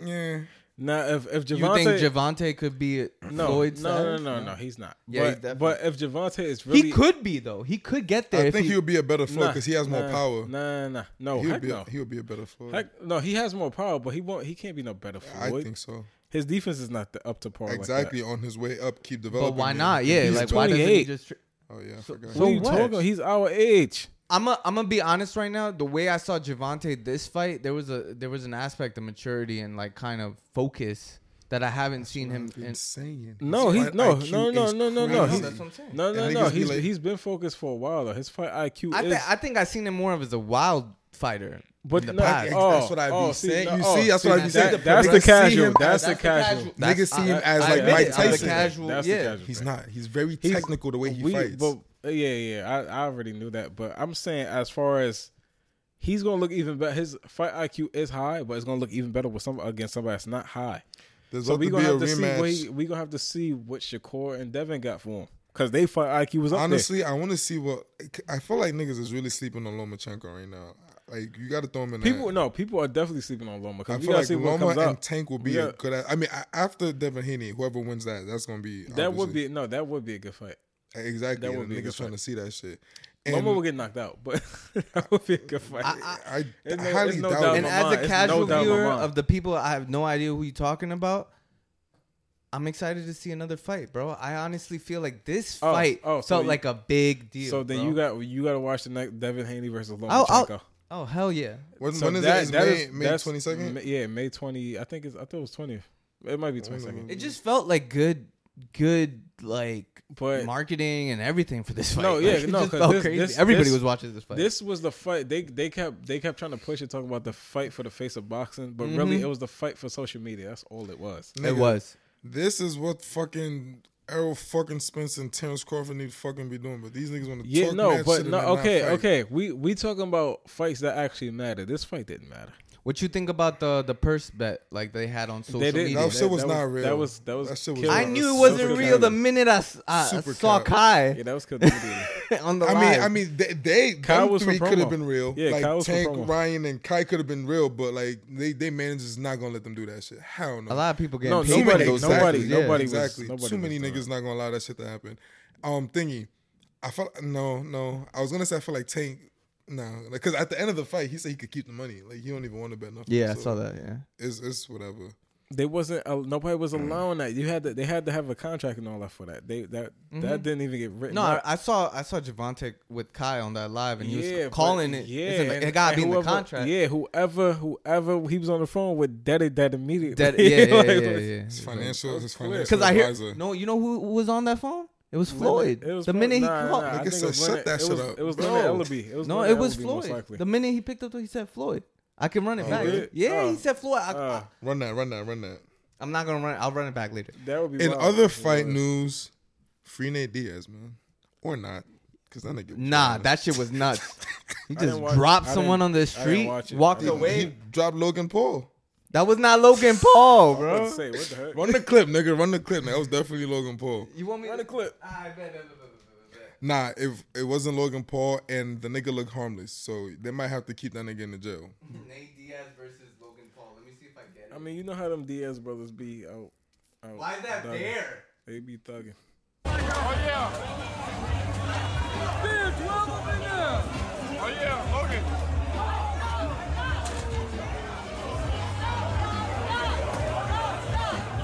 C: Yeah,
D: Now, if if
A: You
D: Javante,
A: think Javante could be
D: no,
A: Floyd's
D: no, no,
A: size?
D: no, no, he's not.
A: Yeah,
D: but,
A: he's definitely-
D: but if Javante is really,
A: He could be though. He could get there.
C: I
A: if
C: think
A: he,
C: he would be a better flow
D: nah,
C: because he has more
D: nah,
C: power.
D: Nah, nah, no,
C: he would
D: heck
C: be.
D: no,
C: He would be a better flow.
D: heck, no, he has more power, but he won't. He can't be no better
C: I
D: Floyd.
C: think so.
D: His defense is not the, up to par.
C: Exactly
D: Like
C: on his way up, keep
A: but
C: developing.
A: why
C: him.
A: not? Yeah,
C: He's
A: like why doesn't he
D: 28.
A: just? tr-
C: Oh yeah, I forgot.
D: that. What
A: So
D: are you
A: what?
D: talking? about? He's our age.
A: I'm a, I'm gonna be honest right now. The way I saw Javante this fight, there was a there was an aspect of maturity and like kind of focus that I haven't seen him.
C: I've been
A: in.
C: saying.
D: No,
C: His
D: he's-
C: fight
D: no,
C: IQ
D: no, no,
C: is
D: no, no, no,
C: crazy.
A: he's- That's what I'm saying.
D: No, no,
C: And
D: no.
C: niggas be
D: He's
C: like-
D: he's been focused for a while though. His fight IQ
A: I
D: is.
A: think I think I seen him more of as a wild fighter.
D: But
A: in the
D: no,
A: past.
D: oh,
C: That's what I be
D: oh,
C: saying.
D: no,
C: You
D: oh,
C: see, that's what I be
D: that-
C: saying.
D: That's the
C: Because see
D: casual.
C: him-
D: That's the
A: that's the
D: casual.
A: casual. That's-
C: Niggas see him
A: I-
C: as
A: I
C: like
A: admit
C: Mike
A: it, I'm the
C: Tyson.
A: casual,
D: That's
A: yeah.
D: the casual.
C: He's
D: thing.
C: not. He's very
D: He's-
C: technical the way he
D: we-
C: fights.
D: But uh, yeah, yeah, I, I already knew that. But I'm saying as far as he's gonna look even better. His fight IQ is high, but it's gonna look even better with some against somebody that's not high.
C: There's
D: So
C: about
D: we
C: to be
D: gonna
C: a
D: have to see.
C: rematch.
D: What he, we gonna have to see what Shakur and Devin got for him because they fight IQ was up
C: Honestly, I want to see what I feel like niggas is really sleeping on Lomachenko right now. Like you got to throw him in.
D: there. People,
C: that.
D: no, people are definitely sleeping on Loma
C: I
D: because we
C: feel
D: gotta
C: like
D: see what
C: Loma
D: comes
C: and
D: up.
C: Tank will be
D: We
C: a
D: gotta-
C: good. a- I mean, a- after Devin Haney, whoever wins that, that's gonna be
D: That would
C: obviously-
D: be no, that would be a good fight.
C: exactly.
D: that
C: and
D: would be a
C: niggas
D: good
C: trying to
D: fight.
C: see that shit.
D: Loma will
C: And
D: get knocked out, but that would be a good fight.
C: I, I
D: There's no-
C: highly
D: there's no
C: doubt.
D: doubt
C: it.
A: and
D: my
A: as
D: mind.
A: a
D: It's
A: casual
D: no doubt in my
A: viewer
D: mind.
A: of the people, I have no idea who you're talking about. I'm excited to see another fight, bro. I honestly feel like this
D: Oh,
A: fight
D: oh, so
A: felt
D: you-
A: like a big deal.
D: so then
A: bro.
D: you got you got to watch the next Devin Haney versus Lomachenko.
A: I'll- I'll- oh hell yeah,
C: When,
D: So
C: when is
D: that-
C: that? It's
D: that
C: May-
D: is-
C: May
D: that's-
C: twenty second.
D: Ma- Yeah, May twenty. I think it's I thought it was twenty. It might be twenty second.
A: it just felt like good, good like
D: But-
A: marketing and everything for this fight.
D: No,
A: Like,
D: yeah,
A: it
D: no,
A: just
D: 'cause
A: felt
D: this-
A: crazy.
D: this-
A: Everybody
D: this-
A: was watching this fight.
D: This was the fight they they kept they kept trying to push it, talking about the fight for the face of boxing, but really
A: Mm-hmm.
D: it was the fight for social media. That's all it was.
A: it was.
C: This is what fucking Errol fucking Spence and Terrence Crawford need to fucking be doing. But these niggas want to
D: Yeah,
C: talk
D: no,
C: mad shit
D: but
C: and
D: no,
C: then not
D: okay,
C: fight.
D: okay. We we talking about fights that actually matter. This fight didn't matter.
A: What you think about the the purse bet like they had on social
D: They didn't.
A: media?
C: That shit was
D: that
C: not real.
D: That was that was.
C: That shit was
D: killed.
C: not
A: I
C: real.
A: knew it
C: Super
A: wasn't real the
C: casual.
A: minute I, s- I
C: Super
A: saw
C: casual.
A: Kai
D: Yeah, that was killed. immediately.
A: on the
C: I
A: live.
C: mean, I mean, they, they
D: Kai
C: them
D: was for
C: three could have
D: promo.
C: been real.
D: Yeah,
C: like
D: Kai was for
C: Tank,
D: promo.
C: Ryan, and Kai could have been real, but like they, they managers is not gonna let them do that shit. Hell no.
A: a lot of people getting
D: No,
A: paid
C: Too
A: for
D: nobody-
A: those
D: nobody-
A: matches, yeah.
D: nobody was-
C: exactly.
D: nobody
C: Too
D: was
C: many
D: doing
C: niggas not gonna allow that shit to happen. Um, thingy, I felt no, no. I was gonna say I feel like Tank. No, because at the end of the fight, he said he could keep the money. Like he don't even want to bet nothing.
A: Yeah, I
C: So
A: saw that. Yeah,
C: It's it's whatever.
D: They wasn't. Uh, nobody
C: Mm.
D: was allowing that. You had to. They had to have a contract and all that for that. They that that didn't even get written.
A: Mm-hmm. No,
D: up.
A: I, I saw I saw Javante with Kai on that live, and he was
D: Yeah, but-
A: calling it. Yeah, it's in the,
D: and-
A: it gotta
D: and
A: be in the
D: whoever-
A: contract.
D: Yeah, whoever, whoever he was on the phone with, deaded that immediately.
A: That, yeah, yeah,
D: Like,
A: yeah,
D: like,
A: yeah.
C: His financial, his
D: clear.
C: financial
A: Because I hear
C: advisor.
A: no, you know who was on that phone? It was Floyd.
D: It was
A: the
D: Floyd.
A: minute he
D: Nah,
A: called,
D: nah, I
C: Nigga
D: think it
C: said,
D: was
C: "Shut
D: Leonard-
C: that
D: it
C: shit
D: was-
C: up."
D: It was
A: No.
D: Leonard Ellaby. It was
A: no,
D: Leonard
A: it was
D: Ellaby, most
A: Floyd.
D: likely.
A: The minute he picked up, the- he said Floyd. I can run it
C: Oh,
A: back.
C: really?
A: Yeah,
D: Oh.
A: he said Floyd. I,
D: Uh,
C: Run that, run that, run that.
A: I, am not gonna run. it. I'll run it back later.
D: that would be
C: In
D: wild.
C: other fight news, free Nate Diaz, man, or not, because that nigga. was
A: Nah,
C: wild.
A: that shit was nuts. He just
D: didn't watch-
A: dropped
D: I
A: someone
D: didn't-
A: on the
D: I didn't
A: street,
D: watch it.
A: walked
D: I didn't-
A: away.
C: he dropped Logan Paul.
A: That was not Logan Paul,
D: I
A: bro.
D: was gonna say, what the heck?
C: Run the clip, nigga. Run the clip. Man. That was definitely Logan Paul.
A: You want me
D: Run the clip.
A: I bet, bet,
C: Nah, if it wasn't Logan Paul and the nigga looked harmless, so they might have to keep that nigga in the jail.
A: Nate Diaz versus Logan Paul. Let me see if I get it.
D: I mean, you know how them Diaz brothers be out. out thugging. They be thugging.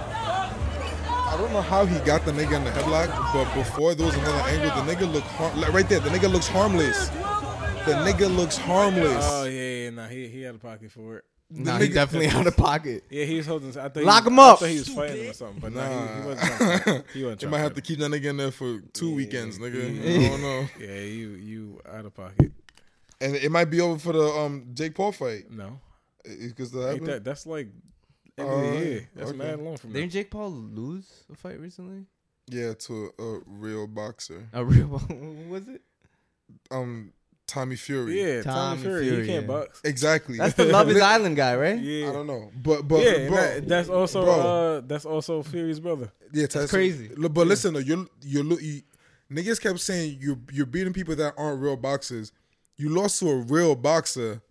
C: I don't know how he got the nigga in the headlock, but before there was another angle, the nigga looked har- like right there. The nigga looks harmless. The nigga looks harmless.
D: Oh yeah, yeah, nah, he he had a pocket for it.
A: Nah, he
C: nigga-
A: definitely out of pocket.
D: Yeah, he was holding. I thought he
A: Lock
D: was-
A: him
D: I
A: up.
D: thought he was fighting him or something, but nah, he, he
C: Nah.
D: wasn't. Trying to fight. He wasn't
C: You
D: trying
C: might
D: to
C: have to
D: fight.
C: keep that nigga in there for two weekends, nigga. I don't know.
D: Yeah, you you out of pocket.
C: And it might be over for the um Jake Paul fight
D: No,
C: because that
D: Ain't
C: happened.
D: that, that's like end of
C: Alright,
D: the year. That's
C: Oh, okay.
D: mad long from now.
A: Didn't Jake Paul lose a fight recently?
C: Yeah, to a, a real boxer,
A: A real one was it?
C: um, Tommy Fury.
D: Yeah, Tommy,
A: Tommy
D: Fury,
A: Fury,
D: he can't
A: yeah.
D: box.
C: exactly.
A: That's the Love Is
C: I
A: Island guy, right?
D: Yeah,
C: don't know, but but
D: yeah, and
C: bro,
D: that- that's also
C: bro.
D: uh, that's also Fury's brother.
C: Yeah, Tyson.
A: crazy.
C: L- But listen, though, you're you're lo- you, niggas kept saying you you're beating people that aren't real boxers. You lost to a real boxer,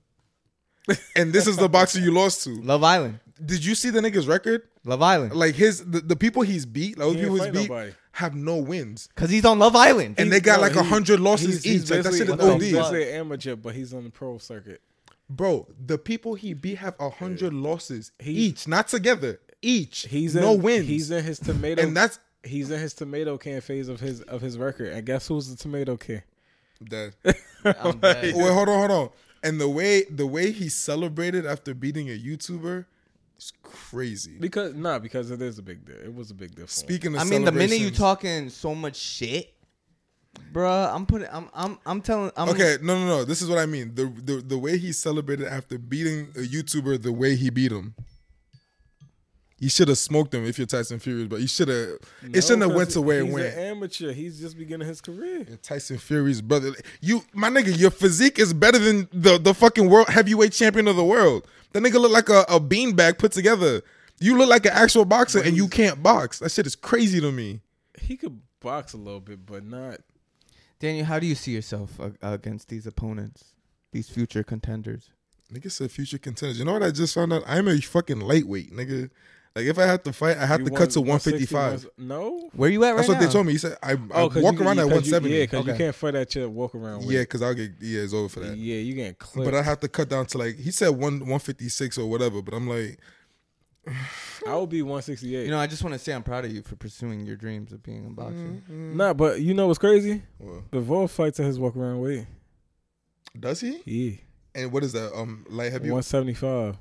C: and this is the boxer you lost to.
A: Love Island.
C: Did you see the nigga's record?
A: Love Island.
C: Like his the, the people he's beat, like those
D: He ain't
C: people he's
D: fight
C: beat,
D: nobody.
C: have no wins,
A: Cause he's on Love Island.
C: and they got
D: no,
C: like a
D: he-
C: hundred losses
D: He's, he's
C: each. Like that shit
D: basically,
C: is
D: no,
A: what
C: OD.
A: the
D: he's
A: fuck?
D: basically an amateur, but he's on the pro circuit.
C: Bro, the people he beat have a hundred losses
D: He-
C: each, not together. Each,
D: He's in,
C: no wins.
D: He's in his tomato,
C: and that's
D: he's in his tomato can phase of his of his record. And guess who's the tomato can?
C: dead.
A: I'm dead.
C: Wait, hold on, hold on. And the way the way he celebrated after beating a YouTuber is crazy.
D: Because nah, because it is a big deal. It was a big deal. For him.
C: Speaking of,
A: I mean, the minute you
C: celebrations-
A: talking so much shit, bruh, I'm putting, I'm, I'm, I'm telling, I'm
C: okay, no, no, no. This is what I mean. The the the way he celebrated after beating a YouTuber, the way he beat him. You should have smoked him if you're Tyson Fury, but you should have. it shouldn't have went to where it
D: he's
C: went.
D: An amateur. He's just beginning his career.
C: Tyson Fury's brother. You, my nigga, your physique is better than the, the fucking world heavyweight champion of the world. That nigga look like a, a beanbag put together. You look like an actual boxer and you can't box. That shit is crazy to me.
D: He could box a little bit, but not.
A: Daniel, how do you see yourself uh, against these opponents, these future contenders?
C: Nigga said future contenders. You know what I just found out? I'm a fucking lightweight, nigga. Like if I had to fight, I have
D: You
C: to
D: want
C: cut to
D: 160,
C: 155.
D: No,
A: Where you at right
C: That's
A: now?
C: what they told me. He said I, I walk around at 170.
D: Yeah,
C: Yeah,
D: because
A: Okay.
D: Oh, you can't fight at your walk around.
C: yeah, because I'll get yeah, it's over for that.
D: yeah, you getting clipped.
C: But I have to cut down to like he said one 156 or whatever. But I'm like,
D: I, would be one sixty eight.
A: You know, I just want to say I'm proud of you for pursuing your dreams of being a boxer.
D: nah, but you know what's crazy?
C: well,
D: Bivol fights at his walk around weight.
C: does he?
D: Yeah,
C: And what is that? Um, light heavy.
D: one seventy five.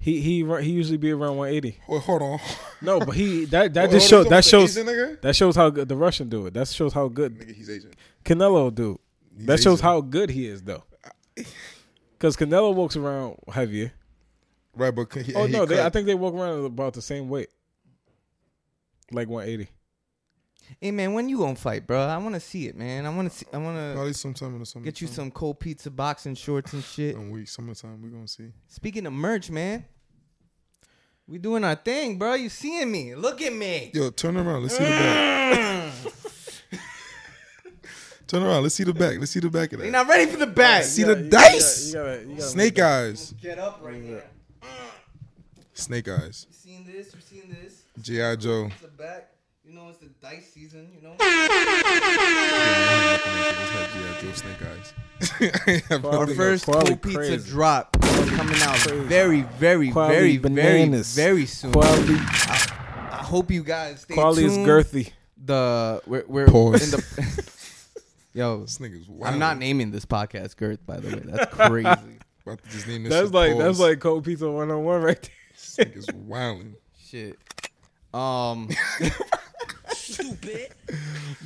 D: He he run- he usually be around one eighty.
C: Wait, hold on.
D: No, but he that that
C: Wait,
D: just
C: hold
D: shows
C: on.
D: that
C: He's an
D: shows
C: Asian nigga?
D: that shows how good the Russian do it. That shows how good
C: Nigga, he's Asian.
D: Canelo do.
C: He's
D: That shows
C: Asian.
D: how good he is though. Because Canelo walks around heavier.
C: Right, but he,
D: Oh
C: he
D: no, they,
C: cut.
D: I think they walk around about the same weight, like one eighty.
A: Hey man, when you gonna fight, bro? I want to see it, man. I want to see. I want to
C: probably sometime in the summer.
A: get you some cold pizza boxing shorts and shit.
C: And we summertime we gonna see.
A: Speaking of merch, man, we doing our thing, bro. You seeing me? Look at me.
C: Yo, turn around. Let's see the back. turn around. Let's see the back. Let's see the back of
A: They
C: that.
A: not ready for the back.
C: see the dice.
D: You gotta, you gotta
C: Snake eyes.
A: Get up right there.
C: Snake eyes.
A: You seeing this? You seeing this?
C: GI Joe.
A: It's the back. You know, it's the dice season. You know. Our
D: Quality-
A: first
D: quality
A: cold pizza
D: crazy.
A: drop is coming out very, very,
D: Quality
A: very,
D: bananas.
A: very, very soon.
D: Quality,
A: I hope you guys stay
D: quality is
A: tuned.
D: girthy.
A: The we're, we're
C: Pause.
A: in the. Yo,
C: This nigga's wild.
A: I'm not naming this podcast Girth. By the way, that's crazy.
C: About to just name this
D: That's
C: shit
D: like
C: Pause.
D: that's like cold pizza one on one right there.
C: This nigga's wilding.
A: Shit. Um.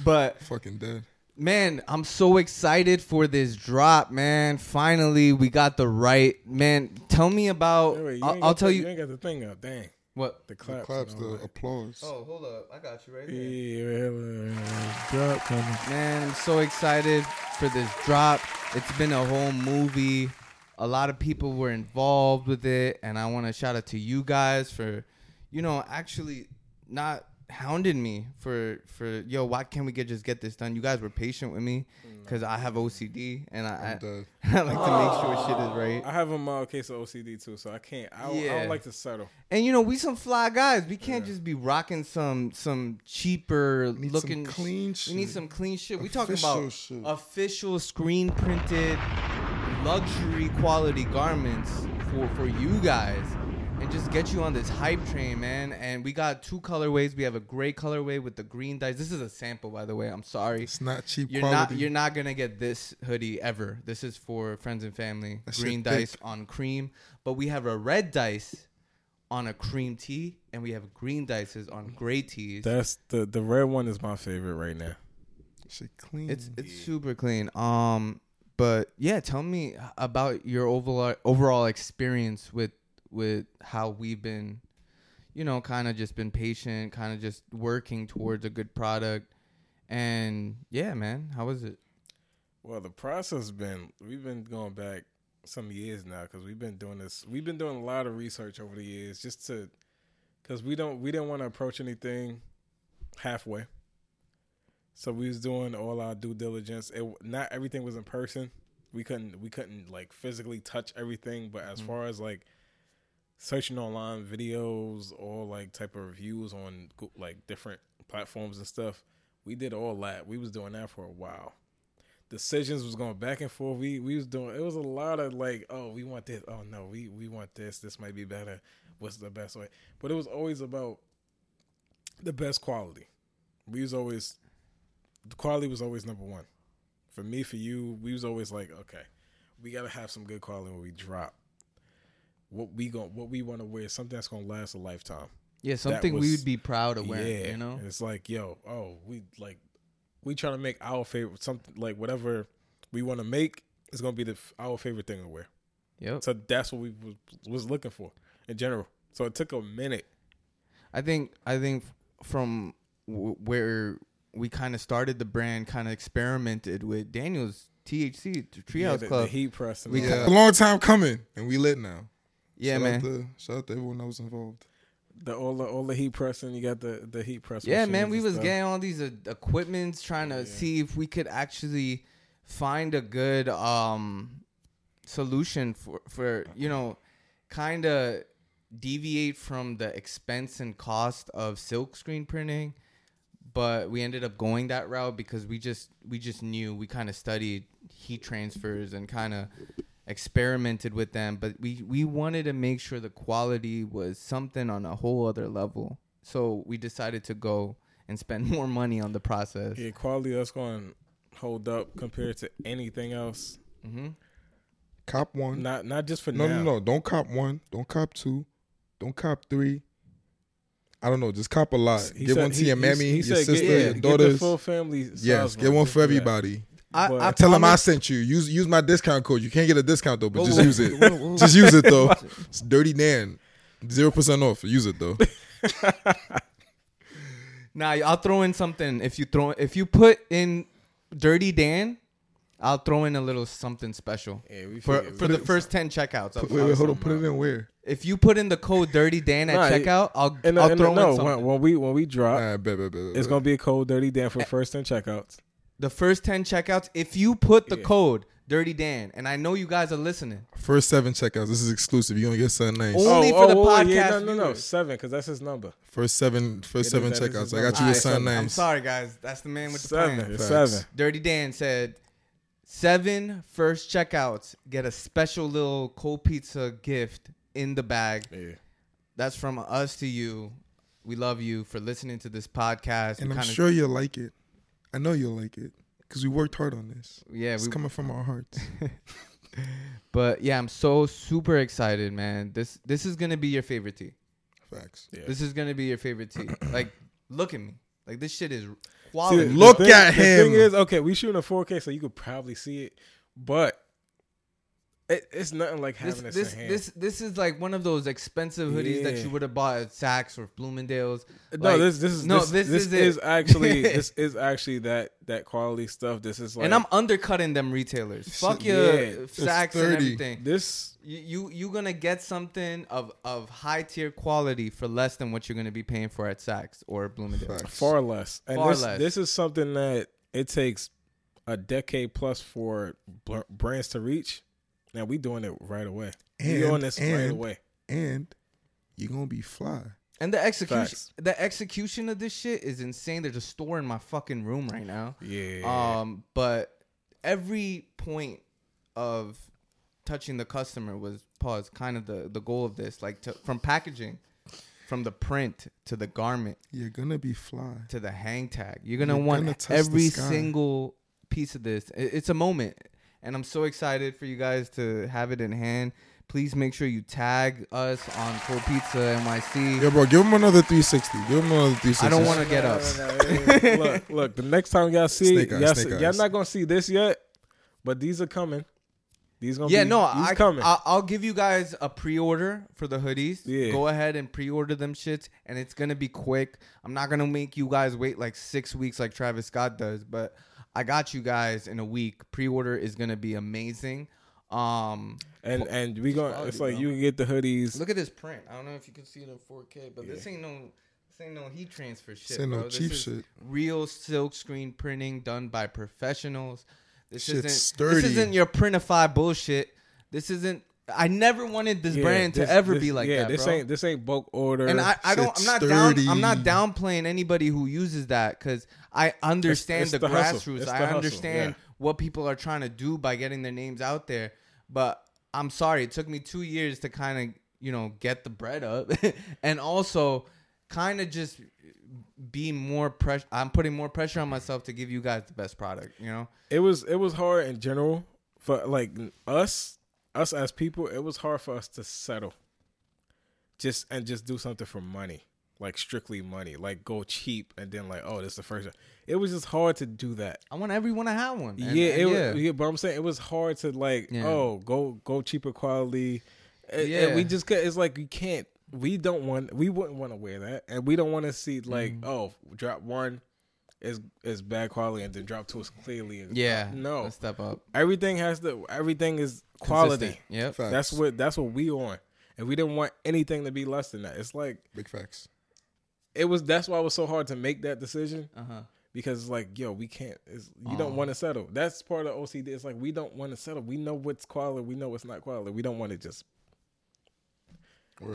A: but
C: Fucking dead.
A: man, I'm so excited for this drop, man. Finally, we got the right man. Tell me about.
D: Wait,
A: I'll,
D: ain't
A: I'll
D: got
A: tell
D: the-
A: you,
D: You ain't got the thing up. Dang,
A: what.
D: the
C: The
D: claps.
C: claps,
D: and all
C: the
D: that.
C: applause.
A: Oh, hold up, I got you right here.
D: Yeah, well, uh, drop coming.
A: Man, I'm so excited for this drop. It's been a whole movie. A lot of people were involved with it, and I want to shout out to you guys for, you know, actually not hounding me for for yo. Why can't we get just get this done? You guys were patient with me because I have OCD and I,
C: I'm dead.
A: I, I like to make sure shit is right.
D: I have a mild case of OCD too, so I can't. I, don't- I
A: Yeah.
D: don't like to settle.
A: And you know, we some fly guys. We can't just be rocking some some cheaper
C: need some
A: looking
C: clean
A: We need
C: shit.
A: some clean shit. We talking
C: Official
A: about
C: shit.
A: official screen printed luxury quality garments for for you guys and just get you on this hype train, man. And we got two colorways. We have a gray colorway with the green dice. This is a sample, by the way. I'm sorry.
C: It's not cheap
A: You're
C: quality.
A: not you're not gonna get this hoodie ever. This is for friends and family.
C: That shit
A: Green
C: thick.
A: dice on cream, but we have a red dice on a cream tee, and we have green dices on gray tees.
D: That's the the red one is my favorite right now.
C: shit clean.
A: it's it's super clean. Um, but yeah, tell me about your overall overall experience with with how we've been, you know, kind of just been patient, kind of just working towards a good product, and yeah, man, how was it?
D: Well, the process been we've been going back some years now because we've been doing this. We've been doing a lot of research over the years just to because we don't we didn't want to approach anything halfway. So we was doing all our due diligence. It not everything was in person. We couldn't we couldn't like physically touch everything, but as far as like searching online videos or like type of reviews on Goo- like different platforms and stuff, we did all that. We was doing that for a while decisions was going back and forth. We we was doing it was a lot of like, oh, we want this. Oh no, we we want this. This might be better. What's the best way? But it was always about the best quality. We was always the quality was always number one. For me, for you, we was always like, okay, we gotta have some good quality when we drop. What we going what we want to wear, something that's gonna last a lifetime.
A: Yeah, something we
D: was-
A: would be proud of wearing. You know,
D: And it's like, yo, oh, we like, we trying to make our favorite something like whatever we want to make is gonna be the f- our favorite thing to wear.
A: Yep.
D: So that's what we was, was looking for in general. So it took a minute.
A: I think I think from w- where we kind of started the brand, kind of experimented with Daniel's THC the Treehouse
D: the,
A: Club.
D: the heat press. And
A: We
D: all
A: cut-
D: that.
C: a long time coming, and we lit now.
A: yeah,
C: shout Out
A: man.
C: to, shout out to everyone that was involved.
D: the all the all the heat pressing. You got the the heat press.
A: Yeah, man.
D: machines
A: We
D: and
A: was
D: stuff.
A: getting all these uh, equipments, trying to see if we could actually find a good um solution for for you know, kind of deviate from the expense and cost of silk screen printing but we ended up going that route because we just we just knew we kind of studied heat transfers and kind of experimented with them but we we wanted to make sure the quality was something on a whole other level so we decided to go and spend more money on the process
D: yeah quality that's going to hold up compared to anything else.
C: Cop one.
D: Not not just for
C: no,
D: now.
C: no, no. Don't cop one. Don't cop two. Don't cop three. I don't know. Just cop a lot.
D: He
C: get
D: said-
C: one to
D: he-
C: your
D: he-
C: mammy,
D: he
C: your
D: said,
C: sister,
D: get-
C: your
D: get the
C: daughters.
D: full family.
C: yes,
D: size
C: get one
D: just
C: for
D: do that.
C: everybody.
A: I,
D: But-
A: I
D: Tell
C: Tell them I
A: promise-
C: sent you. Use use my discount code. You can't get a discount though, but
A: Whoa,
C: just
A: whoa,
C: use it.
A: whoa, whoa.
C: Just use it though. It's dirty Nan. Zero percent off. Use it though.
A: Nah, I'll throw in something. If you throw, if you put in Dirty Dan, I'll throw in a little something special
D: Yeah, we
A: for
D: figured-
A: for the first ten checkouts. I'll-
C: Wait, wait, hold on. Put it in where?
A: If you put in the code Dirty Dan at
D: Nah, it-
A: checkout, I'll
D: And,
A: I'll
D: and
A: throw
D: no,
A: in something.
D: when, when we when we drop,
C: All right, bet, bet, bet, bet,
D: Uh, It's
C: bet.
D: gonna be a cold, dirty Dan for first ten checkouts.
A: the first ten checkouts. If you put the
D: Yeah.
A: code Dirty Dan, and I know you guys are listening.
C: First seven checkouts. This is exclusive. You're gonna get something nice.
A: Oh. Only for the podcast
D: no, no, no,
A: viewers.
D: seven because that's his number.
C: First seven, first
D: Yeah,
C: seven
D: that is his
C: checkouts. I got
D: number.
C: you with
A: Alright, so
C: something nice.
A: I'm sorry, guys. That's the man with the
D: Seven,
A: plan.
D: it's
C: Facts.
D: seven.
A: Dirty Dan said, seven first checkouts get a special little cold pizza gift in the bag. That's from us to you. We love you for listening to this podcast.
C: and
A: we
C: I'm
A: kinda-
C: sure you'll like it. I know you'll like it because we worked hard on this.
A: Yeah,
C: It's
A: we,
C: coming from our hearts.
A: but yeah, I'm so super excited, man. This this is gonna be your favorite tea.
C: Facts.
D: Yeah.
A: This is gonna be your favorite tea. like, look at me. Like this shit is
D: See,
A: quality.
D: the
C: Look
D: thing-
C: at
D: The
C: him.
D: thing is, okay, we shooting a 4K, so you could probably see it, but it, it's nothing like having
A: this
D: this,
A: this
D: in hand.
A: this this is like one of those expensive hoodies that
D: Yeah.
A: you would have bought at Saks or Bloomingdale's.
D: no,
A: Like,
D: this this is
A: no,
D: this,
A: this, is, it.
D: is actually this is actually that that quality stuff. This is like
A: and I'm undercutting them retailers. Fuck your
D: yeah, it's
A: Saks and
C: 30.
A: everything.
D: this
A: You you you gonna get something of of high tier quality for less than what you're gonna be paying for at Saks or Bloomingdale's.
C: Facts.
D: far less. And
A: Far
D: this,
A: less.
D: this is something that it takes a decade plus for br- brands to reach. Now we doing it right away. we
C: And-
D: on this right
C: and-
D: away.
C: And you're gonna be fly.
A: And the execution
D: Facts.
A: the execution of this shit is insane. There's a store in my fucking room right now.
D: Yeah.
A: Um, but every point of touching the customer was pause. Kind of the the goal of this, like to, from packaging, from the print to the garment
C: You're gonna be fly.
A: to the hang tag. You're gonna
C: You're
A: want
C: gonna touch the
A: every
C: sky.
A: single piece of this. I- It's a moment, and I'm so excited for you guys to have it in hand. Please make sure you tag us on Cold Pizza NYC.
C: Yeah, bro. Give him another 360. Give him another 360.
A: I don't want to get up.
D: look, look, the next time y'all see it,
C: Snake eyes,
D: y'all,
C: snake
D: see- y'all
C: eyes.
D: not gonna see this yet, but these are coming. These gonna
A: Yeah,
D: be,
A: no,
D: these
A: I,
D: coming.
A: I I'll give you guys a pre-order for the hoodies.
D: Yeah.
A: Go ahead and pre-order them shits, and it's gonna be quick. I'm not gonna make you guys wait like six weeks like Travis Scott does, but I got you guys in a week. Pre-order is gonna be amazing. Um,
D: and and we gonna it's
A: quality,
D: like you can get the hoodies.
A: look at this print. I don't know if you can see it in 4K, but this ain't no. This ain't no heat transfer shit.
C: ain't no
A: bro. This
C: cheap
A: is
C: shit.
A: Real silk screen printing done by professionals. This
C: Shit's
A: isn't This
C: sturdy.
A: isn't your printify bullshit. This isn't. I never wanted this
D: Yeah,
A: brand
D: this-
A: to ever
D: this-
A: be like
D: yeah,
A: that,
D: this
A: bro.
D: ain't this ain't bulk order.
A: and I, I don't. I'm
C: shit's
A: not down. I'm
C: sturdy.
A: not downplaying anybody who uses that because I understand
D: it's
A: the,
D: the hustle.
A: grassroots.
D: It's the
A: I
D: hustle,
A: understand
D: yeah.
A: what people are trying to do by getting their names out there. But I'm sorry, it took me two years to kind of you know get the bread up, and also kind of just be more pressure. I'm putting more pressure on myself to give you guys the best product. You know,
D: it was it was hard in general for like us us as people it was hard for us to settle just and just do something for money like strictly money like go cheap and then like oh this is the first it was just hard to do that
A: I want everyone to have one. and-
D: yeah,
A: and
D: it Was, yeah but i'm saying it was hard to like
A: Yeah.
D: oh go go cheaper quality and,
A: Yeah.
D: and we just could, it's like we can't we don't want we wouldn't want to wear that and we don't want to see like
A: Mm.
D: oh drop one is is bad quality and then drop two is clearly
A: yeah.
D: no
A: let's step up.
D: Everything has to. Everything is quality.
A: Consistent. Yep.
C: Facts.
D: That's what. That's what we on. And we didn't want anything to be less than that. It's like
C: Big facts.
D: it was. That's why it was so hard to make that decision
A: Uh huh.
D: because it's like, yo, we can't. It's, you
A: Oh.
D: don't want to settle. That's part of OCD. It's like we don't want to settle. We know what's quality. We know what's not quality. We don't want to just.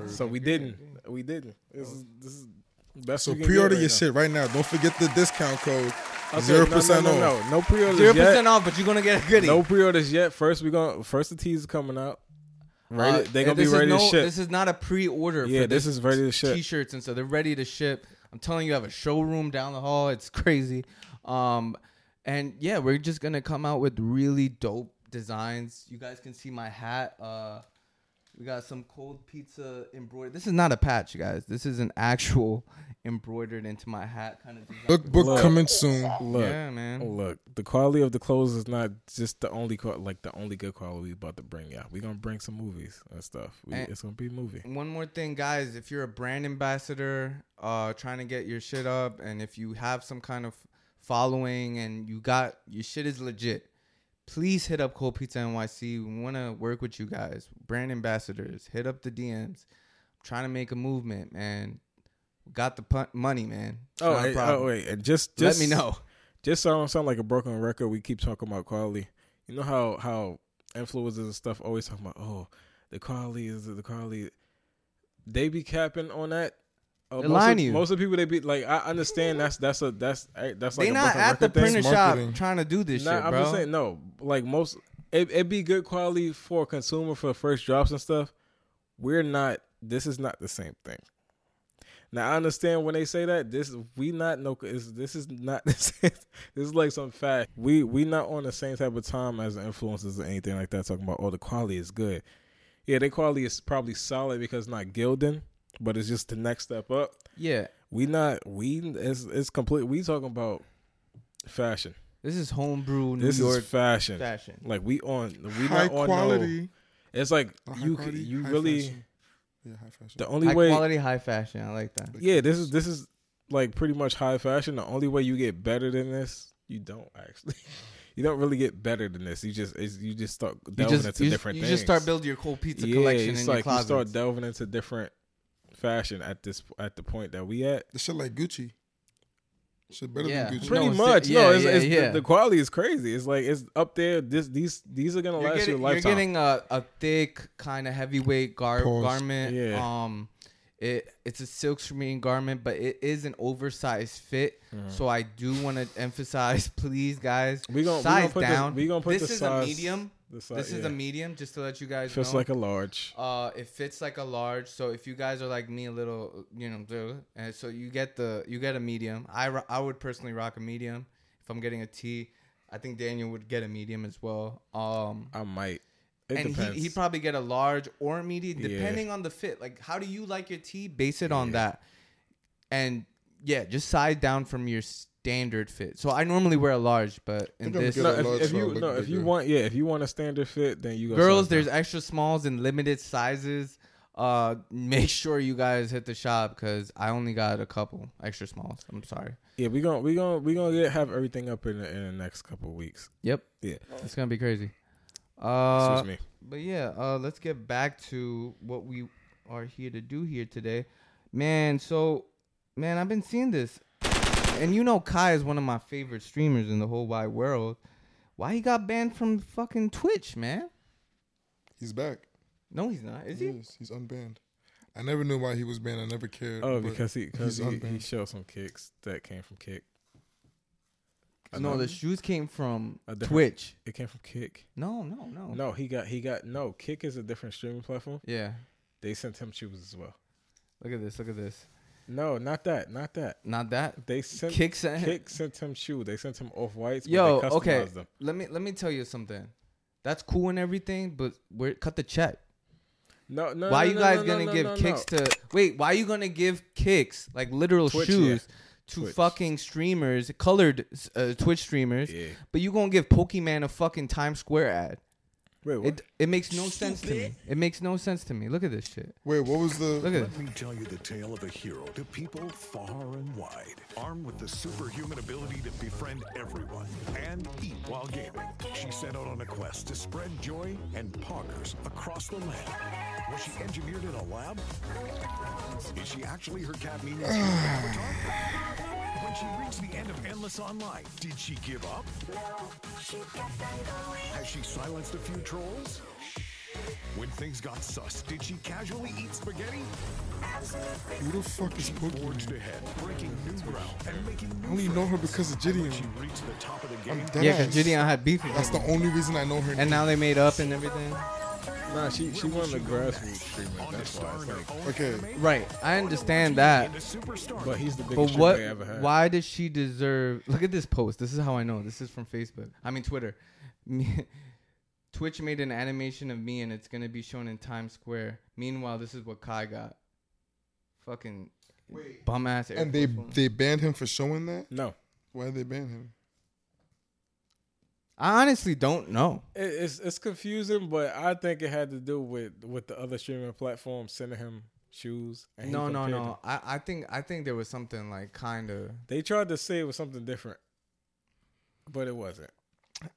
D: So we didn't. We didn't. This is, this is best.
C: So
D: we can
C: pre-order
D: get right
C: your
D: now.
C: shit right now. Don't forget the discount code.
D: Okay,
C: Zero
D: no,
C: percent
D: no,
C: off.
D: no, No, no pre-orders
A: Zero
D: yet.
A: percent off, but you're gonna get a goodie.
D: No pre-orders yet. First, we gonna first the teaser coming out. Right,
A: Uh,
D: they gonna
A: this is
D: be ready
A: no,
D: to ship.
A: This is not a pre-order.
D: yeah,
A: for
D: this, is ready to ship.
A: T-shirts and so they're ready to ship. I'm telling you, I have a showroom down the hall. It's crazy. Um, and yeah, we're just gonna come out with really dope designs. You guys can see my hat. Uh, we got some cold pizza embroidered. This is not a patch, you guys. This is an actual embroidered into my hat kind of design.
C: Lookbook
D: Look.
C: coming soon.
D: Look,
A: yeah, man.
D: look, the quality of the clothes is not just the only qual- like the only good quality we about to bring out. We gonna bring some movies and stuff. We,
A: And-
D: it's gonna be a movie.
A: One more thing, guys. If you're a brand ambassador, uh, trying to get your shit up, and if you have some kind of following and you got your shit is legit, please hit up Cold Pizza NYC. We want to work with you guys, brand ambassadors. Hit up the DMs. trying to make a movement, man. Got the pun- money, man. It's
D: Oh,
A: not a
D: hey,
A: problem.
D: oh wait, and just,
A: Let
D: just
A: me know.
D: Just so I don't sound like a broken record, we keep talking about quality. You know how how influencers and stuff always talking about, oh, the Carly is the Carly. They be capping on that. Uh,
A: They
D: most
A: lying
D: of,
A: to you.
D: Most of the people they be like, I understand that's that's a that's eh, that's like
A: they
D: a
A: not
D: broken
A: at the
D: record thing.
A: printer
C: marketing.
A: shop trying to do this
D: Nah,
A: shit,
D: I'm
A: bro.
D: just saying no. Like most, it it be good quality for a consumer for first drops and stuff. We're not. This is not the same thing. Now I understand when they say that. This we not no. Is this is not the same. This is like some fact. We we not on the same type of time as the influencers or anything like that. Talking about oh the quality is good. Yeah, their quality is probably solid because it's not gilding, but it's just the next step up.
A: yeah,
D: We not we it's it's complete. We talking about fashion.
A: this is homebrew New
D: This
A: York
D: is fashion.
A: fashion.
D: Like we on we
C: high
D: not on
C: quality.
D: No, it's like
C: Not high
D: you
C: quality,
D: you
C: high
D: really
C: fashion. Yeah, high fashion.
D: the only
A: high
D: way
A: quality, high fashion. I like that.
D: yeah this is this is like pretty much high fashion. The only way you get better than this, you don't actually. You don't really get better than this. You just it's, you just start
A: You
D: delving
A: just
D: into
A: you,
D: different
A: you
D: things.
A: just start building your cool pizza
D: yeah,
A: collection in
D: it's
A: your
D: like you
A: closet.
D: start delving into different fashion at this at the point that we at.
C: the shit like Gucci. Shit better
A: Yeah.
C: than Gucci.
D: Pretty
A: No, it's di-
D: much,
A: yeah,
D: no. It's,
A: yeah,
D: it's, the-
A: yeah.
D: The, quality is crazy. It's like it's up there. This these these are gonna
A: you're
D: last
A: getting,
D: you a lifetime.
A: You're getting a, a thick, kind of heavyweight gar-
C: Pause.
A: garment.
D: Yeah.
A: Um, it it's a silk screen garment, but it is an oversized fit. So I do want to emphasize, please, guys,
D: Mm-hmm. We gon- we
A: size
D: gon' put this-
A: down.
D: we gon' put
A: this
D: the
A: is
D: size-
A: a medium.
D: the si-
A: this is
D: yeah.
A: a medium, just to let you guys
D: feels
A: know.
D: like a large.
A: uh, it fits like a large. So if you guys are like me, a little, you know, duh, and so you get the you get a medium. I ro- I would personally rock a medium if I'm getting a T. I think Daniel would get a medium as well. Um,
D: I might. It
A: and
D: depends.
A: he he probably get a large or a medium
D: Yeah.
A: depending on the fit. Like how do you like your tea? Base it on that. And yeah, just size down from your standard fit. So I normally wear a large, but in
C: think I'm
A: this
C: good
D: no,
C: a
D: if,
C: large
D: if you
C: size,
D: no,
C: but
D: if you
C: bigger.
D: want, yeah, if you want a standard fit, then you go
A: girls,
D: size
A: there's
D: down.
A: extra smalls and limited sizes. Uh, make sure you guys hit the shop because I only got a couple extra smalls. I'm sorry.
D: yeah, we gonna we gonna we gonna get have everything up in the, in the next couple of weeks.
A: Yep,
D: Yeah,
A: it's gonna be crazy. Uh,
D: excuse me.
A: But yeah, uh, let's get back to what we are here to do here today, man. So, man, I've been seeing this, and you know, Kai is one of my favorite streamers in the whole wide world. Why he got banned from fucking Twitch, man?
C: He's back.
A: No, he's not. Is
C: He
A: he?
C: is. He's unbanned. I never knew why he was banned. I never cared.
D: Oh,
C: but
D: because he because
C: he's
D: he, he
C: unbanned.
D: showed some kicks that came from kick. I
A: No,
D: know.
A: the shoes came from
D: A different-
A: Twitch.
D: It came from kick.
A: No, no, no.
D: No, he got he got no kick is a different streaming platform.
A: Yeah.
D: They sent him shoes as well.
A: Look at this. Look at this.
D: No, not that, not that.
A: Not that.
D: They sent
A: Kick sent-
D: kick sent him shoe. They sent him off whites.
A: Yo,
D: but they customized
A: okay.
D: Them.
A: Let me let me tell you something. That's cool and everything, but we're cut the check.
D: No, no.
A: Why
D: no,
A: you
D: no,
A: guys
D: no,
A: gonna
D: no,
A: give
D: no,
A: kicks
D: no.
A: to wait? Why you gonna give kicks like literal
D: Twitch,
A: shoes
D: yeah.
A: to
D: Twitch.
A: fucking streamers, colored uh, Twitch streamers?
D: Yeah.
A: But you gonna give Pokemon a fucking Times Square ad?
D: Wait, what?
A: It it makes no sense to me. It makes no sense to me. Look at this shit.
C: Wait, what was the?
A: Look at
E: Let me tell you the tale of a hero to people far and wide. Armed with the superhuman ability to befriend everyone and eat while gaming, she set out on a quest to spread joy and poggers across the land. Was she engineered in a lab? Is she actually her cat Mimi's human avatar? When she reached the end of Endless Online, did she give up? Has she silenced a few trolls? When things got sus, did she casually eat spaghetti?
C: Who the fuck is
E: She
C: Pokemon?
E: forged ahead, breaking new ground and making
C: I
E: new
C: only know her because of Gideon.
E: She reached the top of the
C: I'm
E: game.
C: dead
A: Yeah,
C: ass.
A: because Gideon had beef with
C: That's
A: him.
C: the only reason I know her.
A: and
C: name.
A: now they made up and everything.
D: Nah, she she wanted a grassroots
E: On
D: treatment.
E: to
D: That's why.
E: star
D: It's
E: in her
D: like,
E: own
C: Okay.
E: anime,
A: Right, I understand that.
E: and a superstar.
D: but he's the biggest
A: But
D: streamer
A: what?
D: they ever had.
A: Why does she deserve? Look at this post. This is how I know. This is from Facebook. I mean Twitter. Me- Twitch made an animation of me, and it's gonna be shown in Times Square. Meanwhile, this is what Kai got. Fucking bum ass. Air
C: and they
A: Force One.
C: they banned him for showing that.
D: No,
C: Why did they ban him?
A: I honestly don't know.
D: it, it's it's confusing, but I think it had to do with with the other streaming platform sending him shoes. And he
A: No, no,
D: compared
A: no.
D: them.
A: I, I think I think there was something like kind of.
D: They tried to say it was something different, but it wasn't.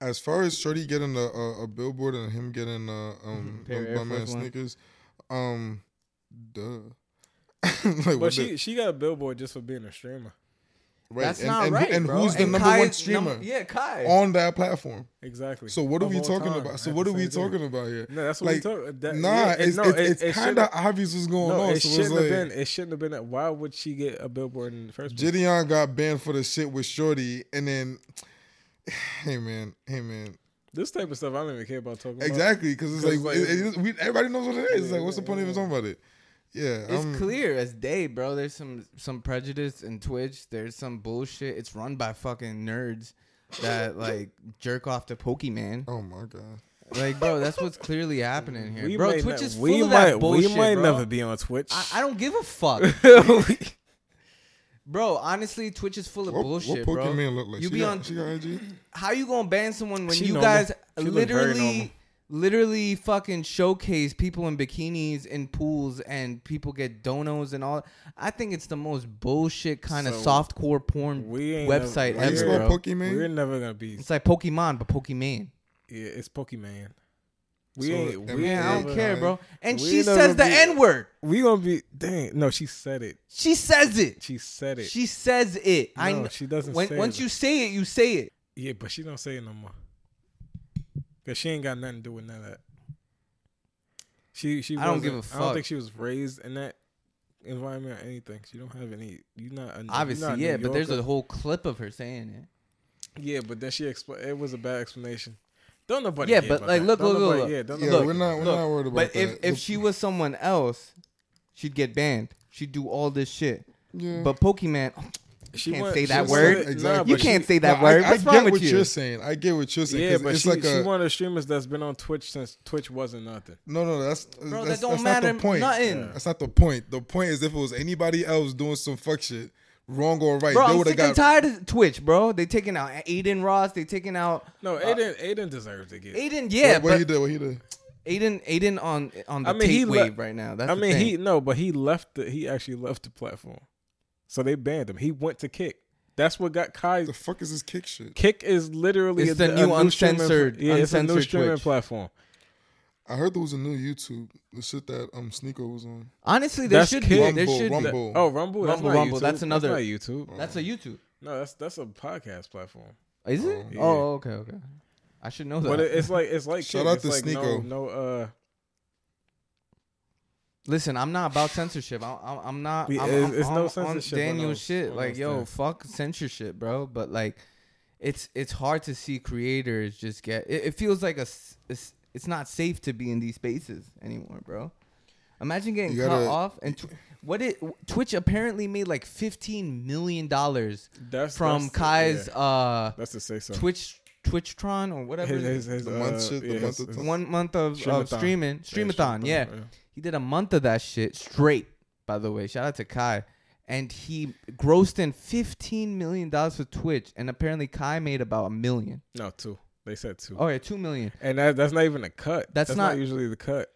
C: As far as Shorty getting a, a, a billboard and him getting uh, um
A: Pair of Air
C: bum ass
A: Force One.
C: sneakers, um, duh. like, what
D: But she
C: the-
D: she got a billboard just for being a streamer.
C: Right.
A: That's
C: and,
A: not
C: and,
A: right,
C: And
A: bro.
C: who's the number
A: Kai-
C: one streamer
A: num- yeah, Kai.
C: on that platform?
D: Exactly.
C: So what are
D: Of
C: we
D: all
C: talking
D: time.
C: about?
D: I
C: So
D: had
C: what
D: the
C: are we
D: same thing.
C: talking about here?
D: No, that's what we
C: Like,
D: talk- that-
C: nah,
D: yeah, it-
C: it's,
D: no,
C: it's,
D: it-
C: it's
D: it
C: kind of
D: shouldn't-
C: obvious what's going
D: No,
C: on.
D: it
C: so
D: shouldn't
C: it's
D: have been.
C: like
D: It shouldn't have been. that. Why would she get a billboard in the first place?
C: Gideon got banned for the shit with Shorty, and then, hey man, hey man,
D: This type of stuff I don't even care about talking about.
C: exactly because it's
D: 'Cause
C: like,
D: like-
C: it- it- we, everybody knows what it is. It's like what's the point of even talking about it? Yeah,
A: It's
C: I'm-
A: clear as day, bro. There's some some prejudice in Twitch. There's some bullshit. It's run by fucking nerds that like jerk off to Pokemon.
C: Oh my god.
A: Like, bro, that's what's clearly happening here,
D: We
A: bro.
D: might
A: Twitch
D: not-
A: is full
D: we
A: of
D: might,
A: that bullshit,
D: We might
A: bro.
D: never be on Twitch.
A: I, I don't give a fuck, bro. Honestly, Twitch is full of
C: What,
A: bullshit,
C: what
A: bro.
C: Pokemon look like?
A: You
C: she
A: be
C: got,
A: on
C: She got IG.
A: how you gonna ban someone when
D: She
A: you
D: normal.
A: guys
D: She look very normal.
A: literally literally fucking showcase people in bikinis in pools and people get donos and all I think it's the most bullshit kind of
D: So,
A: softcore porn
D: we ain't
A: website
D: never-
C: How you
A: ever.
C: spell
A: bro.
C: Pokemon?
D: We're never gonna be.
A: it's like Pokemon but Pokemon.
D: Yeah, it's Pokemon. We
C: So,
D: ain't.
C: I
D: We
C: mean,
D: ain't.
A: I don't
D: never-
A: care, bro.
C: like,
A: And
D: we
A: she
D: ain't never
A: says the
D: be-
A: N word.
D: We gonna be. Dang. No, she said it.
A: She says it.
D: She said it.
A: She says it. I
D: No,
A: kn-
D: she doesn't
A: When,
D: say
A: once
D: it.
A: you say it, you say it.
D: yeah, but she don't say it no more. Cause she ain't got nothing to do with none of that. She she.
A: I don't give a
D: wasn't- I don't
A: fuck.
D: think she was raised in that environment or anything. She don't have any. You not a- you not
A: Obviously,
D: a
A: yeah,
D: New
A: but there's
D: Yorker.
A: a whole clip of her saying it.
D: Yeah, but then she expl- It was a bad explanation. Don't nobody.
A: Yeah,
D: care
A: but,
D: about
A: like,
D: that.
A: look,
D: Don't
A: look,
D: nobody-
A: look.
D: Yeah, don't
C: Yeah,
D: nobody-
C: we're not. We're
A: Look,
C: not worried about
A: But if,
C: that.
A: if she was someone else, she'd get banned. She'd do all this shit.
C: Yeah.
A: But Pokemon,
D: She
A: can't
D: want-
A: say
D: she
A: that
D: said
A: word.
D: it- nah,
C: Exactly.
A: you
D: but
A: can't
D: she-
A: say that
C: No, I-
A: word.
C: I,
A: What's
C: get
A: wrong
C: what
A: with
C: you're
A: you?
C: saying. I get what you're saying.
D: Yeah,
C: 'cause
D: but
C: it's
D: she,
C: like
D: she
C: a,
D: one of the streamers that's been on Twitch since Twitch wasn't nothing.
C: No, no, that's that's,
A: that don't
C: that's not the
A: matter
C: point.
A: nothing.
C: That's not the point. The point is if it was anybody else doing some fuck shit, wrong or right,
A: Bro,
C: they
A: I'm
C: would have
A: sick
C: got.
A: and tired of Twitch, bro. They taking out Aiden Ross. They taking out
C: Uh,
D: No, Aiden Aiden deserves to get.
A: Aiden.
C: What-
A: Yeah,
C: what he
A: but
C: did? What he did?
A: Aiden Aiden on on the
D: I mean, he
A: tape
D: le-
A: wave right now. That's
D: I
A: the
D: mean,
A: thing.
D: he no, but he left. The, he actually left the platform, so they banned him. He went to Kick. That's what got Kai.
C: The fuck is this kick shit?
D: Kick is literally
A: It's the
D: a
A: new
D: a streaming pla-
A: uncensored-
D: yeah, it's a new
A: uncensored
D: streaming
A: Twitch.
D: platform.
C: I heard there was a new YouTube. The shit that um Sneaker was on.
A: honestly there
D: That's
A: should
D: Kid.
A: be there
C: Rumble,
A: should
C: Rumble.
D: Oh, Rumble, that's
A: Rumble,
D: not
A: Rumble,
D: YouTube.
A: that's another-
D: not YouTube.
A: that's a YouTube.
D: No, that's that's a podcast platform.
A: Is it?
D: Yeah.
A: Oh, okay, okay. I should know that.
D: But it, it's like it's like
C: Shout
D: Kick.
C: out
D: It's
C: to
D: like no,
C: Sneeko.
D: no, uh,
A: Listen, I'm not about censorship. I- I'm, I'm not.
D: We-
A: I'm,
D: it's-
A: I'm
D: it's no
A: on- on
D: censorship on
A: Daniel's
D: those-
A: shit.
D: on
A: Like,
D: those
A: yo,
D: things.
A: fuck censorship, bro. But like, it's it's hard to see creators just get. It, it feels like a. s- It's, it's not safe to be in these spaces anymore, bro. Imagine getting
C: You
A: cut
C: gotta-
A: off and tw- what it Twitch apparently made like fifteen million dollars
D: That's-
A: from
D: that's the-
A: Kai's
D: yeah.
A: uh
D: that's to say something.
A: Twitch Twitchtron or whatever.
D: His-
A: it is
D: his- his,
C: The
D: uh,
C: month shit, the
D: yeah,
C: month
D: his-
C: of-
D: his-
A: one month of, of
D: Streamathon.
A: streaming,
D: Yeah,
A: streamathon.
D: streamathon,
A: Yeah,
D: yeah.
A: he did a month of that shit straight. By the way, shout out to Kai, and he grossed in fifteen million dollars for Twitch, and apparently Kai made about a million.
D: No, two. They said two.
A: Oh yeah, two million.
D: And that, that's not even a cut.
A: That's not-
D: usually the cut.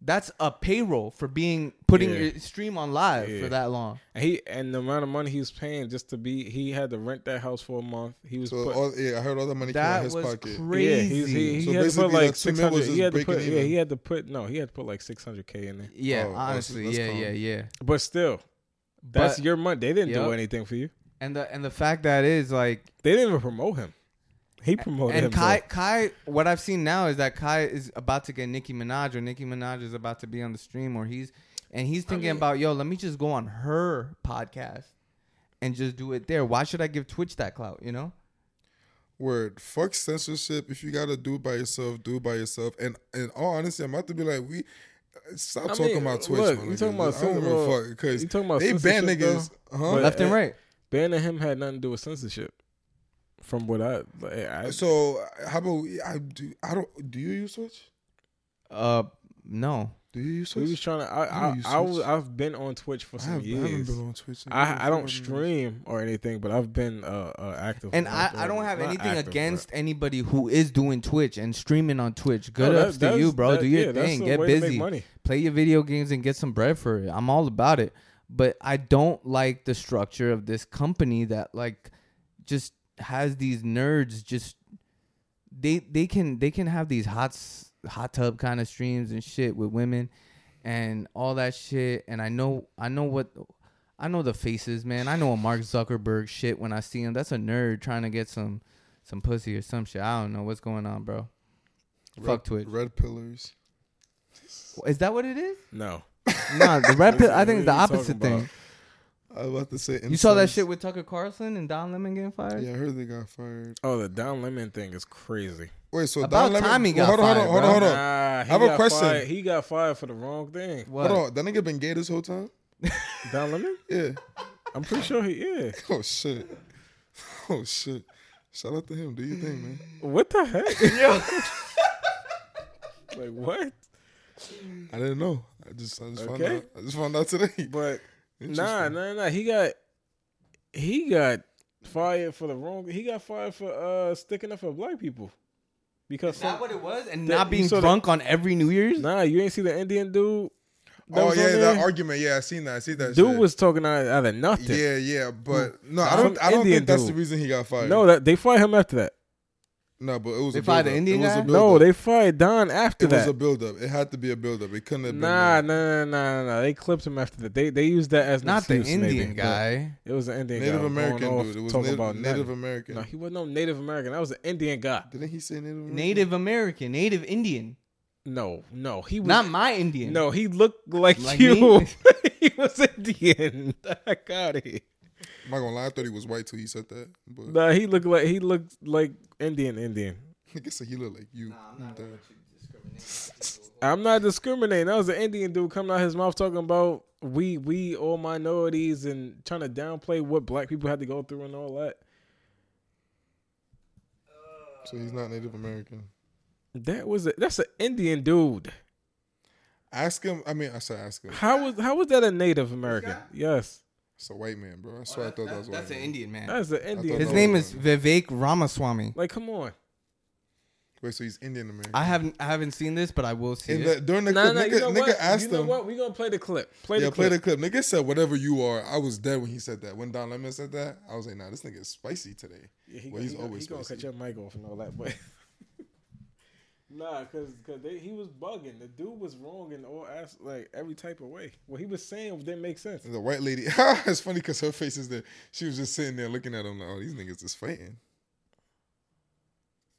A: That's a payroll for being putting
D: Yeah.
A: your stream on live
D: Yeah.
A: for that long.
D: And he and the amount of money he was paying just to be he had to rent that house for a month. He was
C: So
D: put,
C: all, yeah, I heard all that money came out
A: That
C: his
A: was
C: pocket.
D: yeah,
A: crazy.
D: he, was- he, he
C: So
D: had to
C: basically,
D: put
C: like,
D: like
C: two
D: six
C: mil was
D: hundred.
C: just
D: He had to
C: breaking
D: put yeah
C: even.
D: he had to put no he had to put like six hundred k in there.
A: Yeah,
C: Oh, oh,
A: honestly,
C: that's
A: yeah,
C: calm.
A: yeah, yeah.
D: But still, that's
A: But
D: your money. They didn't do
A: Yup.
D: anything for you.
A: and the and the fact that is like
D: They didn't even promote him. He promoted
A: and
D: himself.
A: Kai, Kai, what I've seen now is that Kai is about to get Nicki Minaj, or Nicki Minaj is about to be on the stream, or he's and he's thinking about, yo, let me just go on her podcast and just do it there. Why should I give Twitch that clout? You know,
C: Word. Fuck censorship. If you gotta do it by yourself, do it by yourself. And in all honesty, I'm about to be like, we stop
D: I
C: talking
D: mean,
C: about Twitch.
D: look,
C: my
D: you
C: nigga.
D: talking about
C: I don't give
D: censor-
C: a fuck because
D: you talking about
C: they ban
D: censorship, though,
C: niggas. Huh?
D: but-
A: left and
D: uh,
A: right.
D: Banning him had nothing to do with censorship. From what I, like, I
C: So how about we- I do? I don't. Do you use Twitch?
A: Uh, no,
C: Do you use
D: we
C: Twitch?
D: was trying to. I,
C: I
D: I,
C: don't use
D: I, was,
C: Twitch.
D: I've been on Twitch for
C: I,
D: some
C: have, I haven't
D: years.
C: been on Twitch. in years,
D: I, I
C: fucking
D: don't
C: years.
D: stream or anything, but I've been uh, uh active.
A: and
D: on-
A: I, I
D: uh,
A: don't have
D: not
A: anything
D: active, but-
A: against anybody who is doing Twitch and streaming on Twitch. Good
D: No, that-
A: ups to
D: that's-
A: you, bro.
D: that-
A: do your
D: yeah, that's
A: thing.
D: the
A: Get
D: way to make
A: busy.
D: money.
A: Play your video games and get some bread for it. I'm all about it, but I don't like the structure of this company that like just has these nerds just they they can they can have these hot s- hot tub kind of streams and shit with women and all that shit and I know I know what I know the faces, man. I know a Mark Zuckerberg shit when I see him. That's a nerd trying to get some some pussy or some shit. I don't know what's going on, bro. Fuck Twitch.
C: Red pillars.
A: Is that what it is?
D: No.
A: Nah, the red pill. I think it's the
D: What are you
A: opposite
D: talking
A: thing.
D: about?
C: I was about to say.
A: You saw that
C: incels.
A: shit with Tucker Carlson and Don Lemon getting fired.
C: Yeah, I heard they got fired.
D: Oh, the Don Lemon thing is crazy.
C: Wait, so
A: About
C: Don Lemon,
A: time he
C: Well,
A: got
C: hold on,
A: fired,
C: hold
A: bro.
C: on, hold on, hold on.
D: Nah, he
C: I have a
D: got
C: question.
D: Fired. He got fired for the wrong thing.
A: What?
C: Hold on, that nigga been gay this whole time?
D: Don Lemon?
C: Yeah.
D: I'm pretty sure he yeah.
C: Oh shit. Oh shit. Shout out to him. Do your thing, man.
D: What the heck? like what?
C: I didn't know. I just, I just found
D: Okay.
C: out. I just found out today.
D: But nah,
C: Interesting.
D: nah, nah. He got he got fired for the wrong. He got fired for uh sticking up for black people because
A: Is
D: some,
A: that what it was? And
D: That-
A: not
D: you
A: being
D: saw the-
A: drunk on every New Year's.
D: nah. You ain't see the Indian dude. that
C: oh
D: was on
C: yeah, that
D: there?
C: argument. Yeah, I seen that. I seen that.
D: dude
C: shit.
D: was talking out, out of nothing.
C: Yeah, yeah, but no, I
D: Some
C: don't. I don't
D: Indian
C: think that's
D: dude.
C: the reason he got fired.
D: No, that they fired him after that.
C: no, but it was
A: They
C: a
A: fired
C: buildup.
A: the Indian
C: it was
A: guy?
C: A buildup.
D: No, they fired Don after
C: It was
D: that.
C: a buildup. It had to be a buildup. It couldn't have been.
D: Nah, nah,
C: the
D: nah, nah, nah, nah. They clipped him after that. They they used that as an
A: Not the
D: excuse, maybe,
A: Indian
D: but
A: guy.
D: It was an Indian guy.
C: Native
D: going
C: American
D: off
C: dude. It was
D: talking
C: Native,
D: about
C: Native
D: nothing.
C: American.
D: No, he wasn't no Native American. That was an Indian guy.
C: Didn't he say Native? American?
A: Native American, Native Indian,
D: No, no, he was
A: not my Indian.
D: No, he looked like,
A: Like
D: you.
A: me?
D: he was Indian. I got it.
C: I'm not gonna lie. I thought he was white till he said that. But
D: Nah, he looked like he looked like Indian. Indian.
C: nigga said he looked like you. Damn.
D: I'm not discriminating. That was an Indian dude coming out his mouth talking about we we all minorities and trying to downplay what black people had to go through and all that.
C: So he's not Native American.
D: That was a, that's an Indian dude.
C: Ask him. I mean, I said ask him.
D: How was how was that a Native American? Yes,
C: It's a white man, bro. I swear I thought that was white.
A: Oh, that's an
C: man.
A: Indian man.
D: that's an Indian.
A: His
C: no,
D: dude.
A: name
C: no,
A: is
C: no.
A: Vivek Ramaswamy.
D: Like, come on.
C: Wait, so he's Indian American.
A: I haven't I haven't seen this, but I will see
C: In
A: it.
C: the, during the
D: Nah,
C: clip,
D: nah,
C: nigga,
D: you know
C: nigga
D: what?
C: asked
D: you know
C: him.
D: what? We gonna play the clip. Play
C: Yeah,
D: the
C: play
D: clip.
C: the clip. Nigga said, "Whatever you are." I was dead when he said that. When Don Lemon said that, I was like, "Nah, this nigga is spicy today."
D: Yeah, he,
C: well,
D: he,
C: he's
D: he
C: always
D: gonna
C: spicy.
D: cut your mic off and all that, but nah, cause cause they, he was bugging. The dude was wrong in all as like every type of way. What he was saying didn't make sense.
C: The white lady. it's funny because her face is there. She was just sitting there looking at him like, "Oh, these niggas is fighting."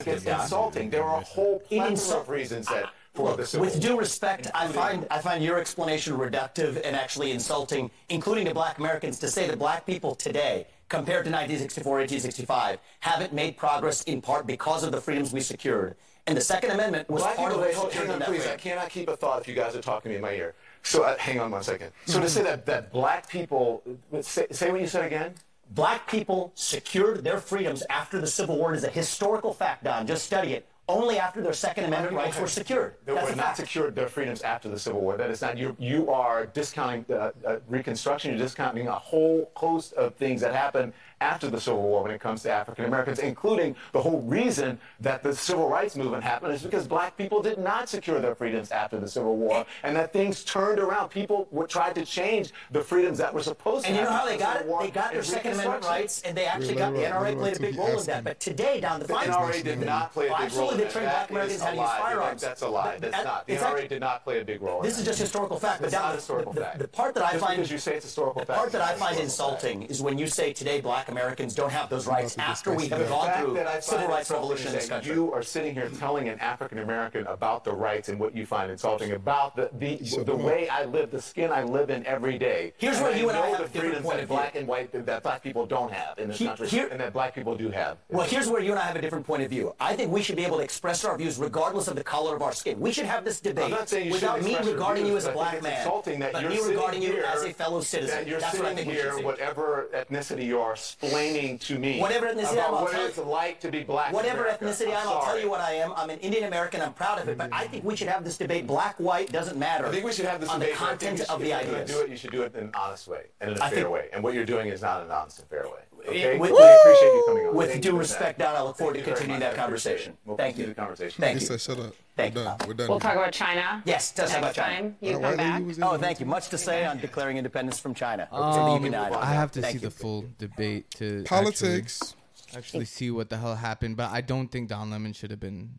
G: It's insulting. There are a whole plethora of reasons that for the civil
H: With due respect, I find I find your explanation reductive and actually insulting, including to black Americans, to say that black people today, compared to 1964, 1865, haven't made progress in part because of the freedoms we secured. And the Second Amendment was
G: Black
H: part
G: people,
H: of what
G: wait, hold,
H: secured
G: hang on,
H: that
G: please. I
H: freedom.
G: cannot keep a thought if you guys are talking to me in my ear. So uh, hang on one second. So to say that, that black people, say, say what you said again.
H: Black people secured their freedoms after the Civil War is a historical fact, Don. Just study it. Only after their Second Amendment rights were secured.
G: They
H: That's
G: were
H: a
G: not
H: fact.
G: secured their freedoms after the Civil War. That is not, you, you are discounting uh, uh, Reconstruction, you're discounting a whole host of things that happened after the Civil War when it comes to African Americans, including the whole reason that the Civil Rights Movement happened is because black people did not secure their freedoms after the Civil War, and that things turned around. People were, tried to change the freedoms that were supposed
H: And
G: to
H: you know how
G: happen after
H: they got
G: the
H: it?
G: Civil War
H: They got their
G: and
H: Second Amendment
G: Reconstruction.
H: rights, and they actually got the
C: Leroy,
H: NRA
C: Leroy
H: played a
C: took
H: big
C: the
H: role in
C: ass
H: that.
C: in.
H: But today, down the
G: The NRA did not play a
H: Well,
G: big role.
H: Absolutely,
G: in
H: they trained
G: that.
H: black
G: That
H: Americans
G: is
H: how
G: a
H: to use
G: lie.
H: firearms.
G: That's a lie.
H: But
G: That's
H: that-
G: not. The
H: it's act-
G: NRA did not play a big role. in
H: This
G: that.
H: is just historical fact, but
G: It's not
H: down
G: historical
H: the,
G: fact.
H: The, the part that I
G: Just
H: find
G: because you say it's historical
H: the
G: fact,
H: part that
G: it's
H: I
G: not
H: find
G: historical fact.
H: insulting is when you say today black Americans don't have those rights
C: about to
H: after we
C: discuss
H: have
C: that.
H: gone through
G: I
H: civil
G: find
H: rights
G: insulting
H: revolution in
G: is
H: this
G: that
H: country.
G: You are sitting here telling an African American about the rights and what you find insulting about the the,
C: said
G: the
C: what?
G: way I live, the skin I live in every day.
H: Here's where
G: I
H: you and I
G: know
H: have
G: the
H: a different
G: freedoms
H: point
G: that
H: of view.
G: black and white that black people don't have in this
H: He-
G: country,
H: here-
G: and that black people do have.
H: Well, here's where you and I have a different point of view. I think we should be able to express our views regardless of the color of our skin. We should have this debate
G: I'm not saying you
H: without
G: shouldn't
H: me
G: express your
H: regarding you
G: views,
H: as
G: but
H: a
G: I
H: black
G: think it's
H: man,
G: insulting that
H: but
G: you're
H: me
G: sitting
H: regarding you
G: here-
H: as a fellow
G: That
H: citizen.
G: you're
H: That's what I
G: sitting
H: think we
G: here,
H: should do.
G: whatever ethnicity you are, explaining to me
H: Whatever ethnicity I'm, I'll
G: about what
H: tell
G: it's
H: you-
G: like to be black. in
H: Whatever
G: America.
H: ethnicity
G: I'm
H: I'm, I'll tell
G: sorry.
H: you what I am. I'm an Indian American. I'm proud of it. But I think we should have this debate. Black, white doesn't matter.
G: I think we should have this
H: on
G: debate.
H: the
G: but I think
H: content
G: you should-
H: of the
G: if you're gonna
H: ideas.
G: Do it. You should do it in an honest way and in a
H: I
G: fair
H: think-
G: way. And what you're doing is not an honest and fair way. Okay.
H: with-
G: we appreciate you coming on.
H: with
G: Thank
H: due
G: you for
H: respect,
G: that.
H: Don, I look forward
G: Thank
H: to
G: you very
H: continuing
G: much.
H: that
G: I appreciate it.
H: conversation.
G: We'll
H: Thank
G: continue
H: you.
G: The conversation.
H: Thank
C: He
H: you.
C: said, "Shut up.
H: Thank
C: We're
H: you.
C: done. We're done."
I: We'll talk about China.
H: Yes, tell us
I: next
H: about China.
I: time
C: That
I: you
C: white
I: come
C: lady
I: back.
C: was in
H: Oh,
C: there
H: thank
C: too.
H: you. Much to say on declaring independence from China.
A: Um,
H: Something you denied.
A: I have to
H: Thank
A: see
H: you.
A: the full debate to actually-
C: Politics.
A: Actually, see what the hell happened, but I don't think Don Lemon should have been.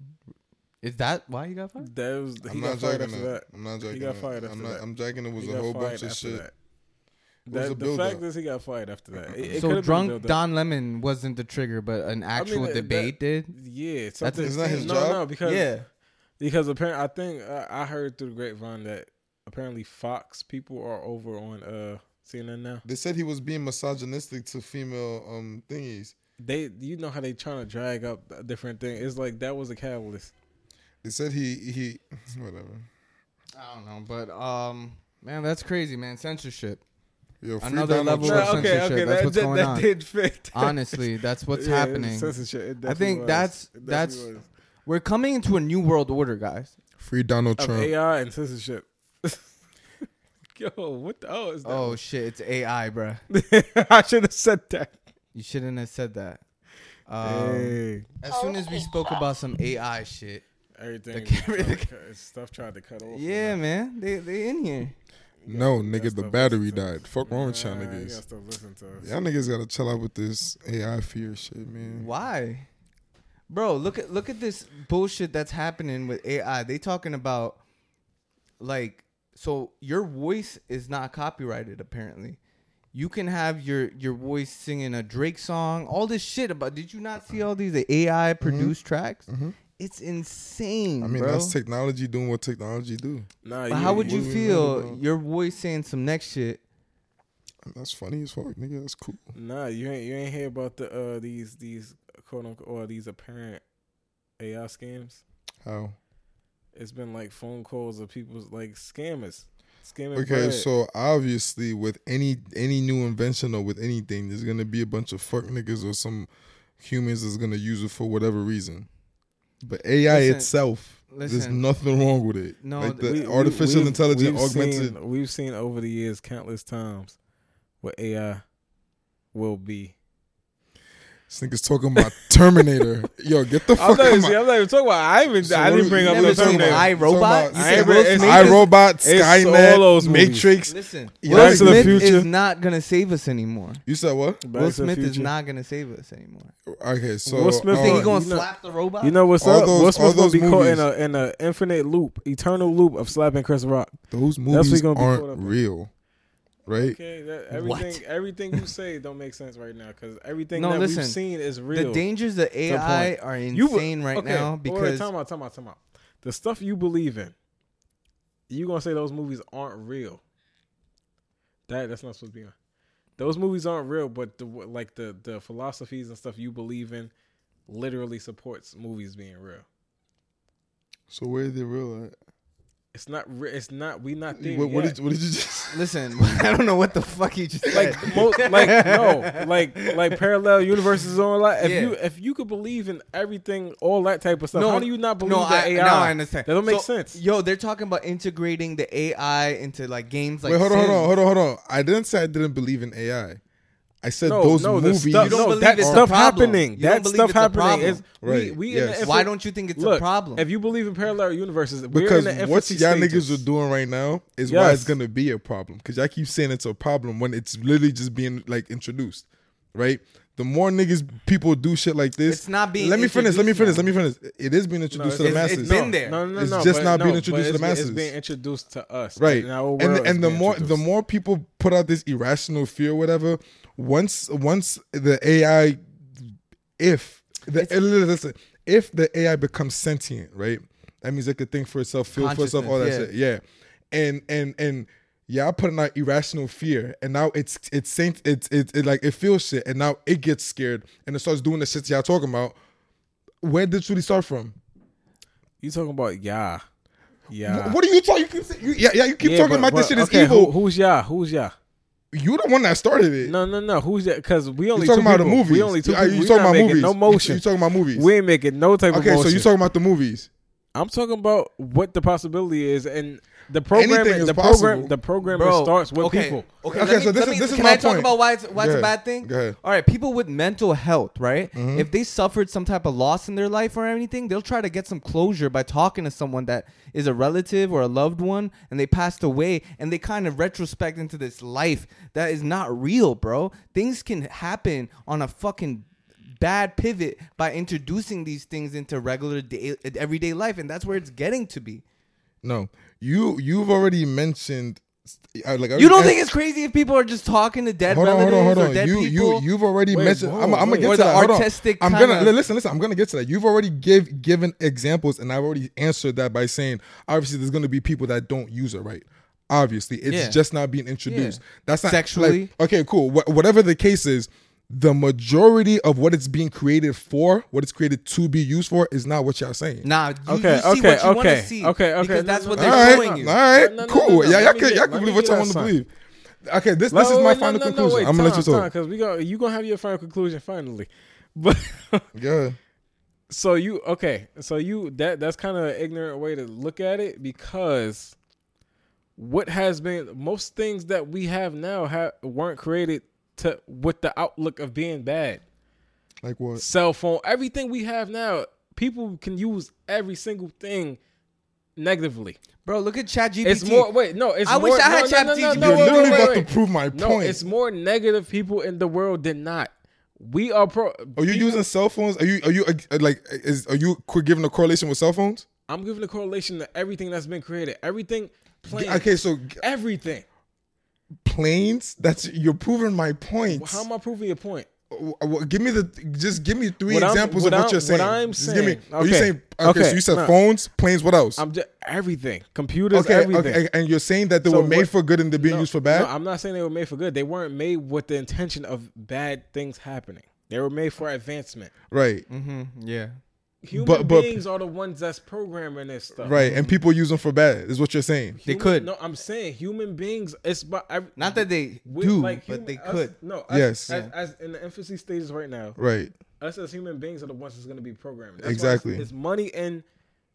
A: Is that why you got fired?
D: That was he
C: I'm
D: got
C: not
D: fired
C: jacking
D: after
C: it.
D: that.
C: I'm not jacking
D: He got
C: it.
D: fired after
C: I'm not.
D: that.
C: I'm jacking it was
D: He
C: a
D: got
C: whole
D: fired
C: bunch of
D: after
C: shit.
D: that.
C: was a
D: That, the
C: build-up.
D: fact is he got fired after that. It, it could've been
A: so
D: a
A: drunk
D: build-up.
A: Don Lemon wasn't the trigger, but an actual
D: that-
A: debate
D: that-
A: did.
D: Yeah, something.
C: Isn't that his
D: no,
C: job?
D: No, because
A: Yeah.
D: because apparently I think uh, I heard through the grapevine that apparently Fox people are over on uh CNN now.
C: They said he was being misogynistic to female um thingies.
D: They, you know how they trying to drag up a different thing. It's like that was a catalyst.
C: They said he he whatever.
A: I don't know, but um, man, that's crazy, man. Censorship.
C: Yo, free
A: Another
C: Donald
A: level of
C: Trump.
A: Okay, okay, censorship. That's that- what's that- going that on. did
D: fit.
A: Honestly, that's what's happening. I think that's that's we're coming into a new world order, guys.
C: Free Donald
D: of
C: Trump.
D: AI and censorship. Yo, what the oh is that?
A: Oh shit, it's AI, bruh.
D: I should have said that.
A: You shouldn't have said that. Um,
D: Hey,
A: as soon as we spoke about some AI shit,
D: everything
A: camera-
D: tried to cut- stuff tried to cut off.
A: yeah, man, they they in here.
C: No, nigga, the
D: stuff
C: battery
D: is-
C: died. Fuck wrong with y'all
D: Nah, you
C: niggas.
D: gotta stop listening to us.
C: Y'all niggas gotta chill out with this AI fear shit, man.
A: Why? Bro, look at look at this bullshit that's happening with AI. They talking about like so your voice is not copyrighted apparently. You can have your your voice singing a Drake song, all this shit about did you not see all these AI
D: Mm-hmm.
A: produced tracks? It's insane.
C: I mean,
A: bro.
C: that's technology doing what technology do.
D: Nah,
A: But how would you
D: Mm-hmm.
C: you-
A: feel your voice saying some next shit?
C: That's funny as fuck, nigga. That's cool.
D: Nah, you ain't you ain't hear about the uh these these quote unquote or these apparent AI scams.
C: How?
D: It's been like phone calls of people's like scammers scamming.
C: Okay,
D: bread.
C: so obviously, with any any new invention or with anything, there's gonna be a bunch of fuck niggas or some humans that's gonna use it for whatever reason. But AI
A: Listen,
C: itself, there's
A: listen.
C: nothing wrong with it.
A: No,
C: like
A: th-
C: the
A: we-
C: artificial
D: We've-
C: intelligence,
D: we've
C: augmented.
D: Seen, we've seen over the years countless times what AI will be.
C: This nigga's talking about Terminator. Yo, get the
D: I'm
C: fuck
D: not,
C: out
D: even,
C: my.
D: I'm not even talking about. I even
C: So
D: I
C: what
D: didn't
C: do-
D: bring
C: you
D: up
C: never
D: no
A: Never
C: seen
A: seen
C: Terminator.
A: I
D: Terminator.
A: Robot. You
C: Talking
D: about-
A: said
D: I
A: Will
D: read-
A: Smith.
D: I
A: is-
D: wrote-
C: iRobot,
D: it's all
C: Skynet,
D: those movies.
C: Matrix.
A: Listen,
C: Yeah,
A: Will
D: Back to the
A: Smith
D: Future.
A: is not gonna save us anymore.
C: You said what?
D: Back
A: Will
D: to the
A: Smith is
D: Future.
A: not gonna save us anymore.
C: Okay, so
D: Will Smith
A: You think
D: Oh,
A: he gonna
D: you know-
A: slap the robot?
D: You know what's
C: All
D: up?
C: those-
D: What's
C: all
D: supposed to be
C: those
D: caught in a
C: movies.
D: in a infinite loop, eternal loop of slapping Chris Rock?
C: those
D: what
C: movies
D: gonna be caught up
C: aren't
D: in.
C: real, right?
D: Okay, that,
A: What?
D: everything everything you say don't make sense right now because everything
A: No,
D: that
A: listen.
D: we've seen is real.
A: the dangers of
D: Good point.
A: AI are
D: You be-
A: insane right
D: okay,
A: now
D: wait,
A: because
D: time out, time out, time out. The stuff you believe in, you gonna say those movies aren't real. That that's not supposed to be on. Those movies aren't real, but the like the the philosophies and stuff you believe in literally supports movies being real.
C: So where are they real at?
D: It's not. re- It's not. We not there.
C: What, what,
D: yet.
C: did, what did you just?
A: listen, I don't know what the fuck he just said.
D: like mo- like no like like parallel universes on a lot. If
A: Yeah.
D: you if you could believe in everything, all that type of stuff,
A: no,
D: how do you not believe
A: no,
D: that
A: I,
D: AI?
A: Now I understand.
D: That don't make
A: So,
D: sense.
A: Yo, they're talking about integrating the AI into like games like
C: Wait, hold on, hold
A: Sims.
C: on, hold on, hold on. I didn't say I didn't believe in AI. I said
D: No,
C: those
D: no, the
C: movies.
D: stuff,
A: You don't
D: no,
A: believe
D: that
A: it's a
D: stuff
A: problem.
D: happening.
A: You don't
D: That
A: believe
D: stuff
A: it's a
D: happening
A: problem.
D: is we,
C: Right,
D: we in
C: yes.
D: the
A: Why
D: infant-
A: don't you think it's
D: Look,
A: a problem?
D: If you believe in parallel universes,
C: because
D: we're in the
C: what
D: infancy
C: y'all
D: stages.
C: niggas are doing right now is why it's
D: Yes.
C: gonna be a problem. Because y'all keep saying it's a problem when it's literally just being like introduced, right? The more niggas people do shit like this,
A: It's not being
C: Let me finish. Let me finish.
A: introduced
C: Let me finish. It is being
D: No,
C: introduced
D: it's-
C: to the
A: it's-
C: masses.
A: it's been there.
D: No, no, no,
C: It's
D: no,
C: just
D: but
C: not
D: no,
C: being
D: but
C: introduced to the
D: it's-
C: masses.
D: It's being introduced to us,
C: right
D: In our world
C: and
D: it's
C: and the
D: being
C: more the
D: introduced.
C: more people put out this irrational fear whatever once once the ai if the eh, listen if the ai becomes sentient right that means it could think for itself feel for itself all that
A: Consciousness,
C: shit yeah and and and yeah, I putting out irrational fear, and now it's it's saint it's it, it like it feels shit, and now it gets scared, and it starts doing the shit y'all talking about. Where did truly start from?
D: you talking about yeah, yeah.
C: What are you talking? You keep saying, you, yeah, yeah, you keep
D: Yeah,
C: talking
D: but-
C: about this
D: but-
C: shit is
D: okay,
C: evil.
D: Who, who's yeah? Who's yeah?
C: you the one that started it.
D: No, no, no. Who's that? Because we only
C: You talking
D: two
C: about the
D: people.
C: movies?
D: We only two.
C: Are you
D: people. We
C: talking
D: not
C: about
D: making
C: movies?
D: No
C: You-
D: motion.
C: you talking about movies?
D: We ain't making no type of
C: Okay, so
D: motion.
C: you talking about the movies?
D: I'm talking about what the possibility is and the program.
C: Anything is
D: The
C: possible.
D: program. The programmer starts with
A: okay.
D: people.
A: Okay,
C: Okay,
A: let
C: so
A: me,
C: this
A: let
C: is-
A: me-
C: this is
A: can
C: my
A: I talk
C: point.
A: about why it's why
C: Go
A: it's a
C: ahead.
A: bad thing?
C: Go ahead. Mm-hmm.
A: All right, people with mental health, right? If they suffered some type of loss in their life or anything, they'll try to get some closure by talking to someone that is a relative or a loved one, and they passed away, and they kind of retrospect into this life that is not real, bro. Things can happen on a fucking bad pivot by introducing these things into regular day, everyday life, and that's where it's getting to be.
C: No, you you've already mentioned I, like, I
A: You don't
C: already
A: think it's crazy if people are just talking to dead
C: hold on, hold
A: relatives
C: on, hold
A: or
C: on.
A: dead
C: You,
A: people?
C: you, you've already
D: Wait,
C: mentioned.
D: whoa,
C: I'm, I'm gonna
D: wait.
C: get
D: Or
C: to
A: the
C: that. Hold on.
A: artistic
C: I'm
A: kinda-
C: gonna li- listen, listen. I'm gonna get to that. You've already give given examples, and I've already answered that by saying obviously there's gonna be people that don't use it right. Obviously, it's
A: Yeah.
C: just not being introduced. That's not like,
A: Sexually.
C: okay, cool. Wh- whatever the case is, the majority of what it's being created for, what it's created to be used for, is not what y'all saying.
A: Nah, you,
D: Okay,
A: you see
D: okay,
A: what you want
D: okay,
A: to see.
D: okay, okay.
A: Because that's
D: No,
A: what
D: no,
A: they're
D: no, no,
A: showing
C: right,
A: you.
C: all right,
D: No, no, no,
C: cool.
D: no,
C: yeah,
D: let
C: y'all
D: me
C: could,
D: get-
C: y'all
D: let
C: could
D: me
C: believe what
D: get
C: y'all
D: that
C: want to
D: sign.
C: believe. Okay, this this is
D: No,
C: my
D: no,
C: final
D: no, no,
C: conclusion.
D: wait,
C: I'm gonna let
D: time,
C: you talk.
D: Because we gonna you gonna have your final conclusion finally, but
C: Yeah.
D: so you okay? So you that that's kind of an ignorant way to look at it because what has been most things that we have now have weren't created to with the outlook of being bad.
C: Like what?
D: Cell phone, everything we have now, people can use every single thing negatively.
A: Bro, look at ChatGPT.
D: It's more. Wait, no. It's
A: I
D: more,
A: wish I had
D: no, no,
A: ChatGPT.
D: no, no,
A: You're
D: wait, wait,
C: literally
D: wait,
C: about
D: wait.
C: to prove my
D: No,
C: point.
D: it's more negative people in the world than not. We are pro.
C: Are you Oh, using cell phones? Are you are you uh, like is are you qu- giving a correlation with cell phones?
D: I'm giving a correlation to everything that's been created. Everything. Planes,
C: Okay, so g-
D: everything.
C: planes. That's you're proving my point.
D: How am I proving your point?
C: W- uh, w- Give me the just give me three
D: What I'm-
C: examples
D: what
C: of what
D: I'm-
C: you're
D: what
C: saying.
D: I'm
C: Just give me.
D: saying-
C: Are you
D: okay,
C: saying okay?
D: okay,
C: So you said
D: no.
C: phones, planes. What else?
D: I'm just everything. Computers.
C: okay,
D: everything.
C: okay, and you're saying that they
D: So
C: were made
D: what-
C: for good and they're being
D: No,
C: used for bad.
D: No, I'm not saying they were made for good. They weren't made with the intention of bad things happening. They were made for advancement.
C: right,
A: yeah.
D: Human
C: But- but-
D: beings are the ones that's programming this stuff.
C: right, and people use them for bad is what you're saying.
A: They
D: Human-
A: could.
D: No, I'm saying human beings. It's by, I,
A: Not that they
D: we-
A: do,
D: like
A: but
D: human-
A: they
D: us-
A: could.
D: no, us,
C: Yes.
D: As, as in the infancy stages right now,
C: Right,
D: us as human beings are the ones that's going to be programming. That's why
C: Exactly.
D: it's, it's money and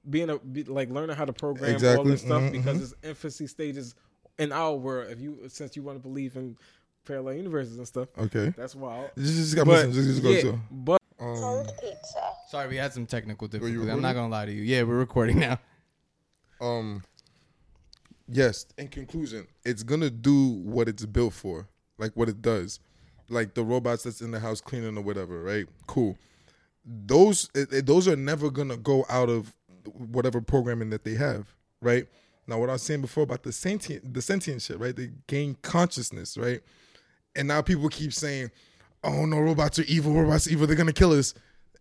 D: being a be, like learning how to program all
C: Exactly.
D: this stuff
C: Mhm,
D: because it's infancy stages in our world. If you since you want to believe in parallel universes and stuff,
C: okay.
D: that's wild.
C: Just, just, gotta
D: But,
C: listen, just, just go
D: yeah,
C: to-
D: but
C: um,
A: Sorry, we had some technical difficulties. I'm
C: recording?
A: not gonna lie to you. Yeah, we're recording now.
C: um yes in conclusion it's gonna do what it's built for like what it does like the robots that's in the house cleaning or whatever right cool those it, it- those are never gonna go out of whatever programming that they have right now what i was saying before about the sentient the sentient shit right they gain consciousness right and now people keep saying oh no robots are evil robots are evil they're gonna kill us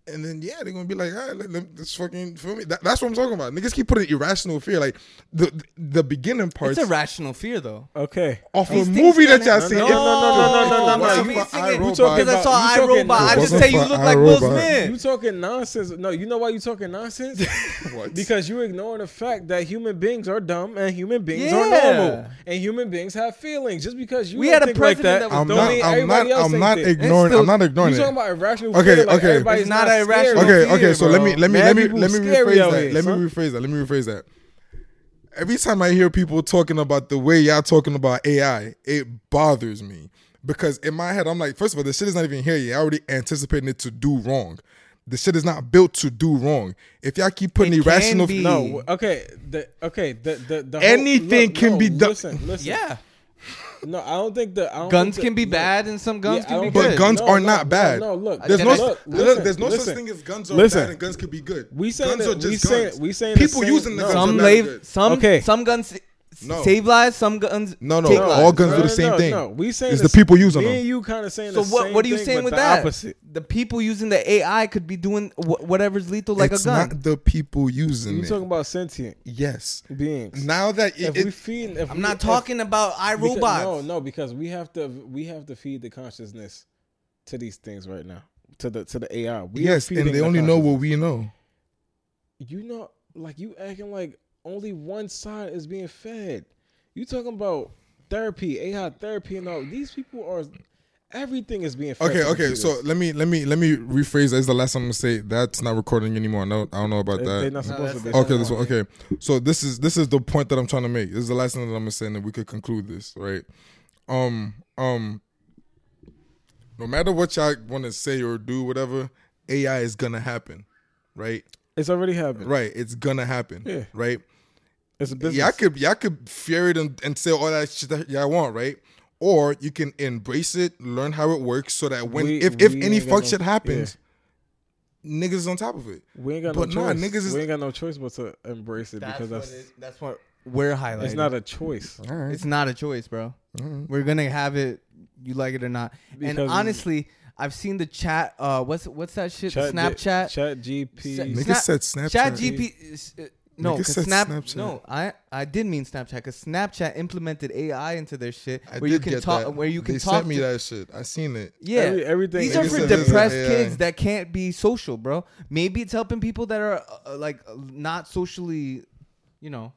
C: and then yeah, they're gonna be like, all right, let, let, let's fucking feel me. That, that's what I'm talking about. Niggas keep putting irrational fear, like the the beginning parts
A: It's a rational fear, though.
D: okay.
C: off a
A: These things
C: movie that
A: gonna-
C: y'all seen.
D: no, no, no, no, no, no,
A: You
D: you
C: If-
A: talking
D: You talking
A: because I saw
D: about- you
A: iRobot.
D: talking-
A: I just
C: Wasn't
A: say you
C: for
A: look like Will
C: iRobot.
D: You
A: Smith.
D: talking nonsense? No, you know why you talking nonsense?
C: What?
D: Because you ignoring the fact that human beings are dumb and human beings are
A: Yeah.
D: normal and human beings have feelings. Just because you
A: We
D: don't
A: had a
D: think like
A: president that
D: that,
A: was
C: I'm
D: don't
A: dumb.
C: not,
D: mean
C: I'm
D: everybody
C: not,
D: else
C: I'm
D: ain't
C: not
D: thick.
C: ignoring.
A: still-
C: I'm not ignoring
D: You talking
C: it.
D: about irrational
C: Okay,
D: fear? Like
C: okay.
D: everybody's
A: It's
D: not,
A: not
D: irrational.
A: irrational
C: Okay,
D: fear,
C: okay. So let
D: bro.
C: me let me
D: Mad
C: let me
D: people
C: let me
D: scary
C: rephrase
D: out
C: that.
D: here,
C: Let me
D: son.
C: rephrase that. Let me rephrase that. Every time I hear people talking about the way y'all talking about AI, it bothers me because in my head I'm like, first of all, this shit is not even here yet. I already anticipating it to do wrong. The shit is not built to do wrong. If y'all keep putting
A: It can
C: irrational,
A: be.
D: No, w- okay, the, okay, the the, the whole-
C: Anything
D: look,
C: can
D: no,
C: be done.
D: Listen, listen.
A: Yeah,
D: No, I don't think the I don't
A: guns
D: think the-
A: can be
D: no.
A: bad and some guns
D: Yeah,
A: can
D: I
A: be
D: don't
C: but
D: think-
A: good.
C: guns
D: No,
C: are
D: no,
C: not
D: no,
C: bad.
D: no, look.
C: there's
A: Can
C: no
A: I-
D: Look,
C: there's-
D: listen,
C: there's no
D: listen.
C: such thing as guns are
D: Listen.
C: bad and guns could be good.
D: We saying
C: guns
D: that-
C: are just guns.
D: we saying- we saying the
C: people
D: same-
C: using the
D: no.
C: guns
A: some
C: are not
A: lave,
C: good.
A: some
D: Okay.
A: some guns s-
C: No.
A: save lives. Some guns
C: No, no,
A: take
C: all
A: lives.
C: guns do
D: No,
C: the same
D: no,
C: thing.
D: No, we saying
C: It's
D: the
C: the people using
D: me
C: them.
D: And you kind of saying
A: So
D: the
A: what
D: same
A: what are you
D: thing,
A: saying
D: but
A: with
D: the
A: that?
D: Opposite.
A: The people using the AI could be doing wh- whatever's lethal, like
C: it's
A: a gun.
C: not the people using
D: You
C: it.
D: talking about sentient
C: yes.
D: beings?
C: Now that it,
D: if
C: it-
D: we feed, if
A: I'm
D: we-
A: not
D: if-
A: talking about
D: because-
A: iRobots.
D: No, no, because we have to we have to feed the consciousness to these things right now to the to the AI. We are
C: yes,
D: feeding
C: and they
D: the
C: only know
D: consciousness.
C: what we know.
D: you know. Like you acting like only one side is being fed. You talking about therapy, AI therapy, and all these people are. Everything is being fed
C: Okay,
D: to
C: okay.
D: computers.
C: So let me let me let me rephrase. That's the last time I'm gonna say it. that's not recording anymore. No, I don't know about
D: they,
C: that.
D: they're not supposed
A: that's
D: to be.
A: the-
C: okay, this one. Okay, so this is this is the point that I'm trying to make. This is the last thing that I'm gonna say, and then we could conclude this, right? Um, um. No matter what y'all want to say or do, whatever, AI is gonna happen, right?
D: It's already happened.
C: Right, it's gonna happen,
D: Yeah.
C: right?
D: It's a business.
C: Y'all could y'all could fear it and, and say all that shit that y'all want, right? Or you can embrace it, learn how it works, so that when
D: We-
C: if if
D: we
C: any
D: ain't got
C: fuck
D: no-
C: shit happens, niggas is on top of it.
D: We ain't got
C: But
D: no
C: nah,
D: choice.
C: niggas is-
D: we ain't got no choice but to embrace it because that's
A: that's what we're highlighted.
D: It's not a choice.
C: All right.
A: It's not a choice, bro. We're gonna have it. You like it or not. and
D: Because-
A: honestly, I've seen the chat. Uh, what's what's that shit?
D: Chat G-
A: Snapchat.
D: Chat
A: Sa-
D: GP.
C: Nigga said Snapchat.
A: Chat GP. s- uh, No,
C: Nigga
A: 'cause
C: said
A: Snap.
C: Snapchat.
A: No, I I did mean Snapchat because Snapchat implemented AI into their shit
C: I
A: where you
C: did
A: can
C: get
A: talk.
C: that.
A: Where you can
C: they
A: talk.
C: sent me
A: to-
C: that shit. I seen it.
A: Yeah,
D: Every- everything.
A: These are
D: Nigga
A: for
D: said this is
A: depressed
C: AI.
A: kids that can't be social, bro. Maybe it's helping people that are uh, uh, like uh, not socially, you know,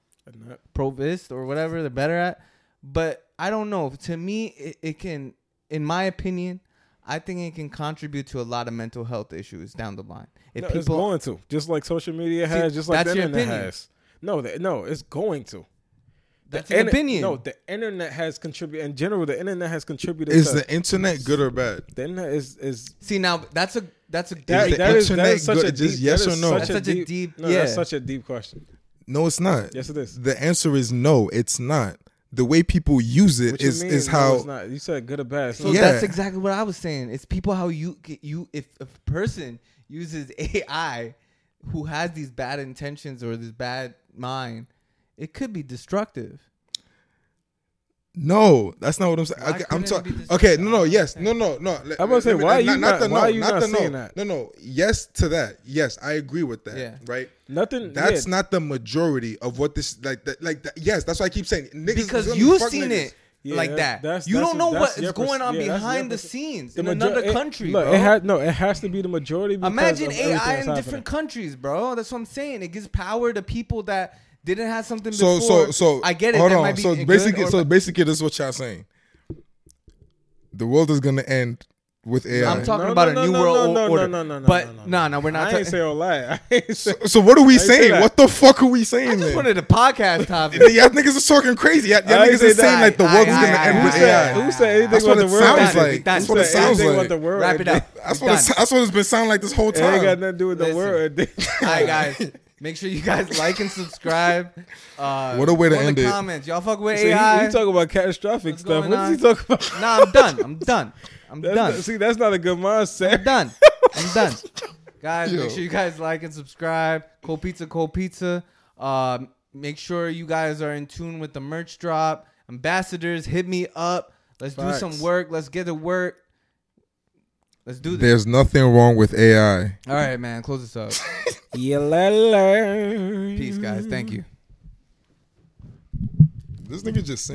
A: provist or whatever they're better at. But I don't know. To me, it, it can, in my opinion, I think it can contribute to a lot of mental health issues down the line. If
D: No, it's
A: people,
D: going to. Just like social media has, just like
A: that's
D: the
A: your
D: internet
A: opinion.
D: has. No, the, no, it's going to.
A: that's an
D: Inter-
A: opinion.
D: No, the internet has contributed. In general, the internet has contributed.
C: Is
D: to,
C: the internet good or bad?
D: the internet is is
A: See now, that's a that's a
D: that,
C: the
D: that is- that
C: internet
D: is such
C: good?
D: a
C: Just
D: deep,
C: yes
D: that
C: or
D: is
C: no?
D: Such
A: That's
D: a
A: such a
D: deep,
A: deep-
D: no,
A: yeah.
D: that's such a deep question.
C: No, it's not.
D: Yes, it is.
C: The answer is no. It's not. The way people use it
D: What you
C: is
D: mean?
C: is
D: No,
C: how.
D: it's not. you said good or bad. It's
A: So
D: not-
C: Yeah.
A: that's exactly what I was saying. It's people how you you if a person uses AI who has these bad intentions or this bad mind, it could be destructive.
C: No, that's not what I'm saying.
A: Why
C: Okay, I'm
A: couldn't it
C: talking.
A: be this-
C: Okay, no, no, yes, no, no, no. Let-
D: I'm about to say,
C: let me-
D: why you not-
C: the
D: why
C: no,
D: you not
C: the
D: saying
C: no.
D: that?
C: No, no, yes to that. Yes, I agree with that.
A: Yeah.
C: Right.
D: Nothing.
C: That's
D: yeah.
C: not the majority of what this like. That, like that, yes, that's why I keep saying niggas.
A: Because
C: gonna
A: you've
C: fuck
A: seen
C: niggas.
A: it
D: Yeah,
A: like
D: that-
A: that.
D: that's-
A: you
D: that's-
A: don't know
D: that's
A: what is
D: your
A: going
D: pers-
A: on
D: yeah, that's
A: behind
D: your
A: the
D: pers-
A: scenes
D: The
A: in
D: major-
A: another
D: it-
A: country,
D: Look,
A: bro.
D: it has no. It has to be the majority. because
A: Imagine
D: of everything
A: AI
D: that's
A: in
D: happening.
A: different countries, bro. That's what I'm saying. It gives power to people that didn't have something
C: So,
A: before.
C: so, so.
A: I get it.
C: Hold
A: that
C: on.
A: might be
C: so
A: good
C: basically,
A: or
C: so
A: bad.
C: basically, this is what y'all saying. The world is gonna end with AI.
A: I'm talking
D: No,
A: about
D: no,
A: a
D: no,
A: new
D: no,
A: world
D: no, no,
A: order.
D: no, no, no,
A: but
D: no, no, no.
A: nah, nah, we're not.
D: I ain't
A: ta-
D: say all that. I ain't say.
C: so, what are we
D: say
C: saying?
D: that.
C: What the fuck are we saying?
A: I just
C: then?
A: wanted a podcast topic.
C: Y'all niggas is talking crazy. Y'all, y'all
D: I
C: niggas
D: say
C: is saying
D: that.
C: like the
A: I-
C: world is
A: I-
C: gonna
A: I-
C: end
A: I-
C: with
A: I-
C: AI.
D: Who said anything
C: That's
D: about
C: what
D: the
C: it
D: world?
C: sounds
D: ending?
C: like. That's
D: Who
C: what it
D: said
C: sounds
D: anything about
C: like.
D: the world
A: Wrap it
D: ending?
A: up.
C: That's
A: We're
C: what,
A: done.
C: it's, that's what it's been sounding like this whole
D: It ain't got
C: time.
D: nothing to do with the
A: Listen.
D: world.
A: All right, guys. Make sure you guys like and subscribe. Uh,
C: What a way to
A: go in
C: end
A: the
C: it.
A: comments. Y'all fuck with
D: So he,
A: AI.
D: he talk about catastrophic
A: What's
D: stuff.
A: going
D: What does he
A: on?
D: talk about?
A: nah, I'm done. I'm done. I'm
D: That's
A: done.
D: not- see, that's not a good mindset.
A: I'm done. I'm done. Guys, make sure you guys like and subscribe. Cold Pizza, Cold Pizza. Um, make sure you guys are in tune with the merch drop. Ambassadors, hit me up. Let's do
D: Facts.
A: some work. Let's get to work. Let's do this.
C: There's nothing wrong with AI.
A: All right, man. Close this up.
D: Yeah, la, la.
A: Peace, guys. Thank you.
C: This nigga just saying.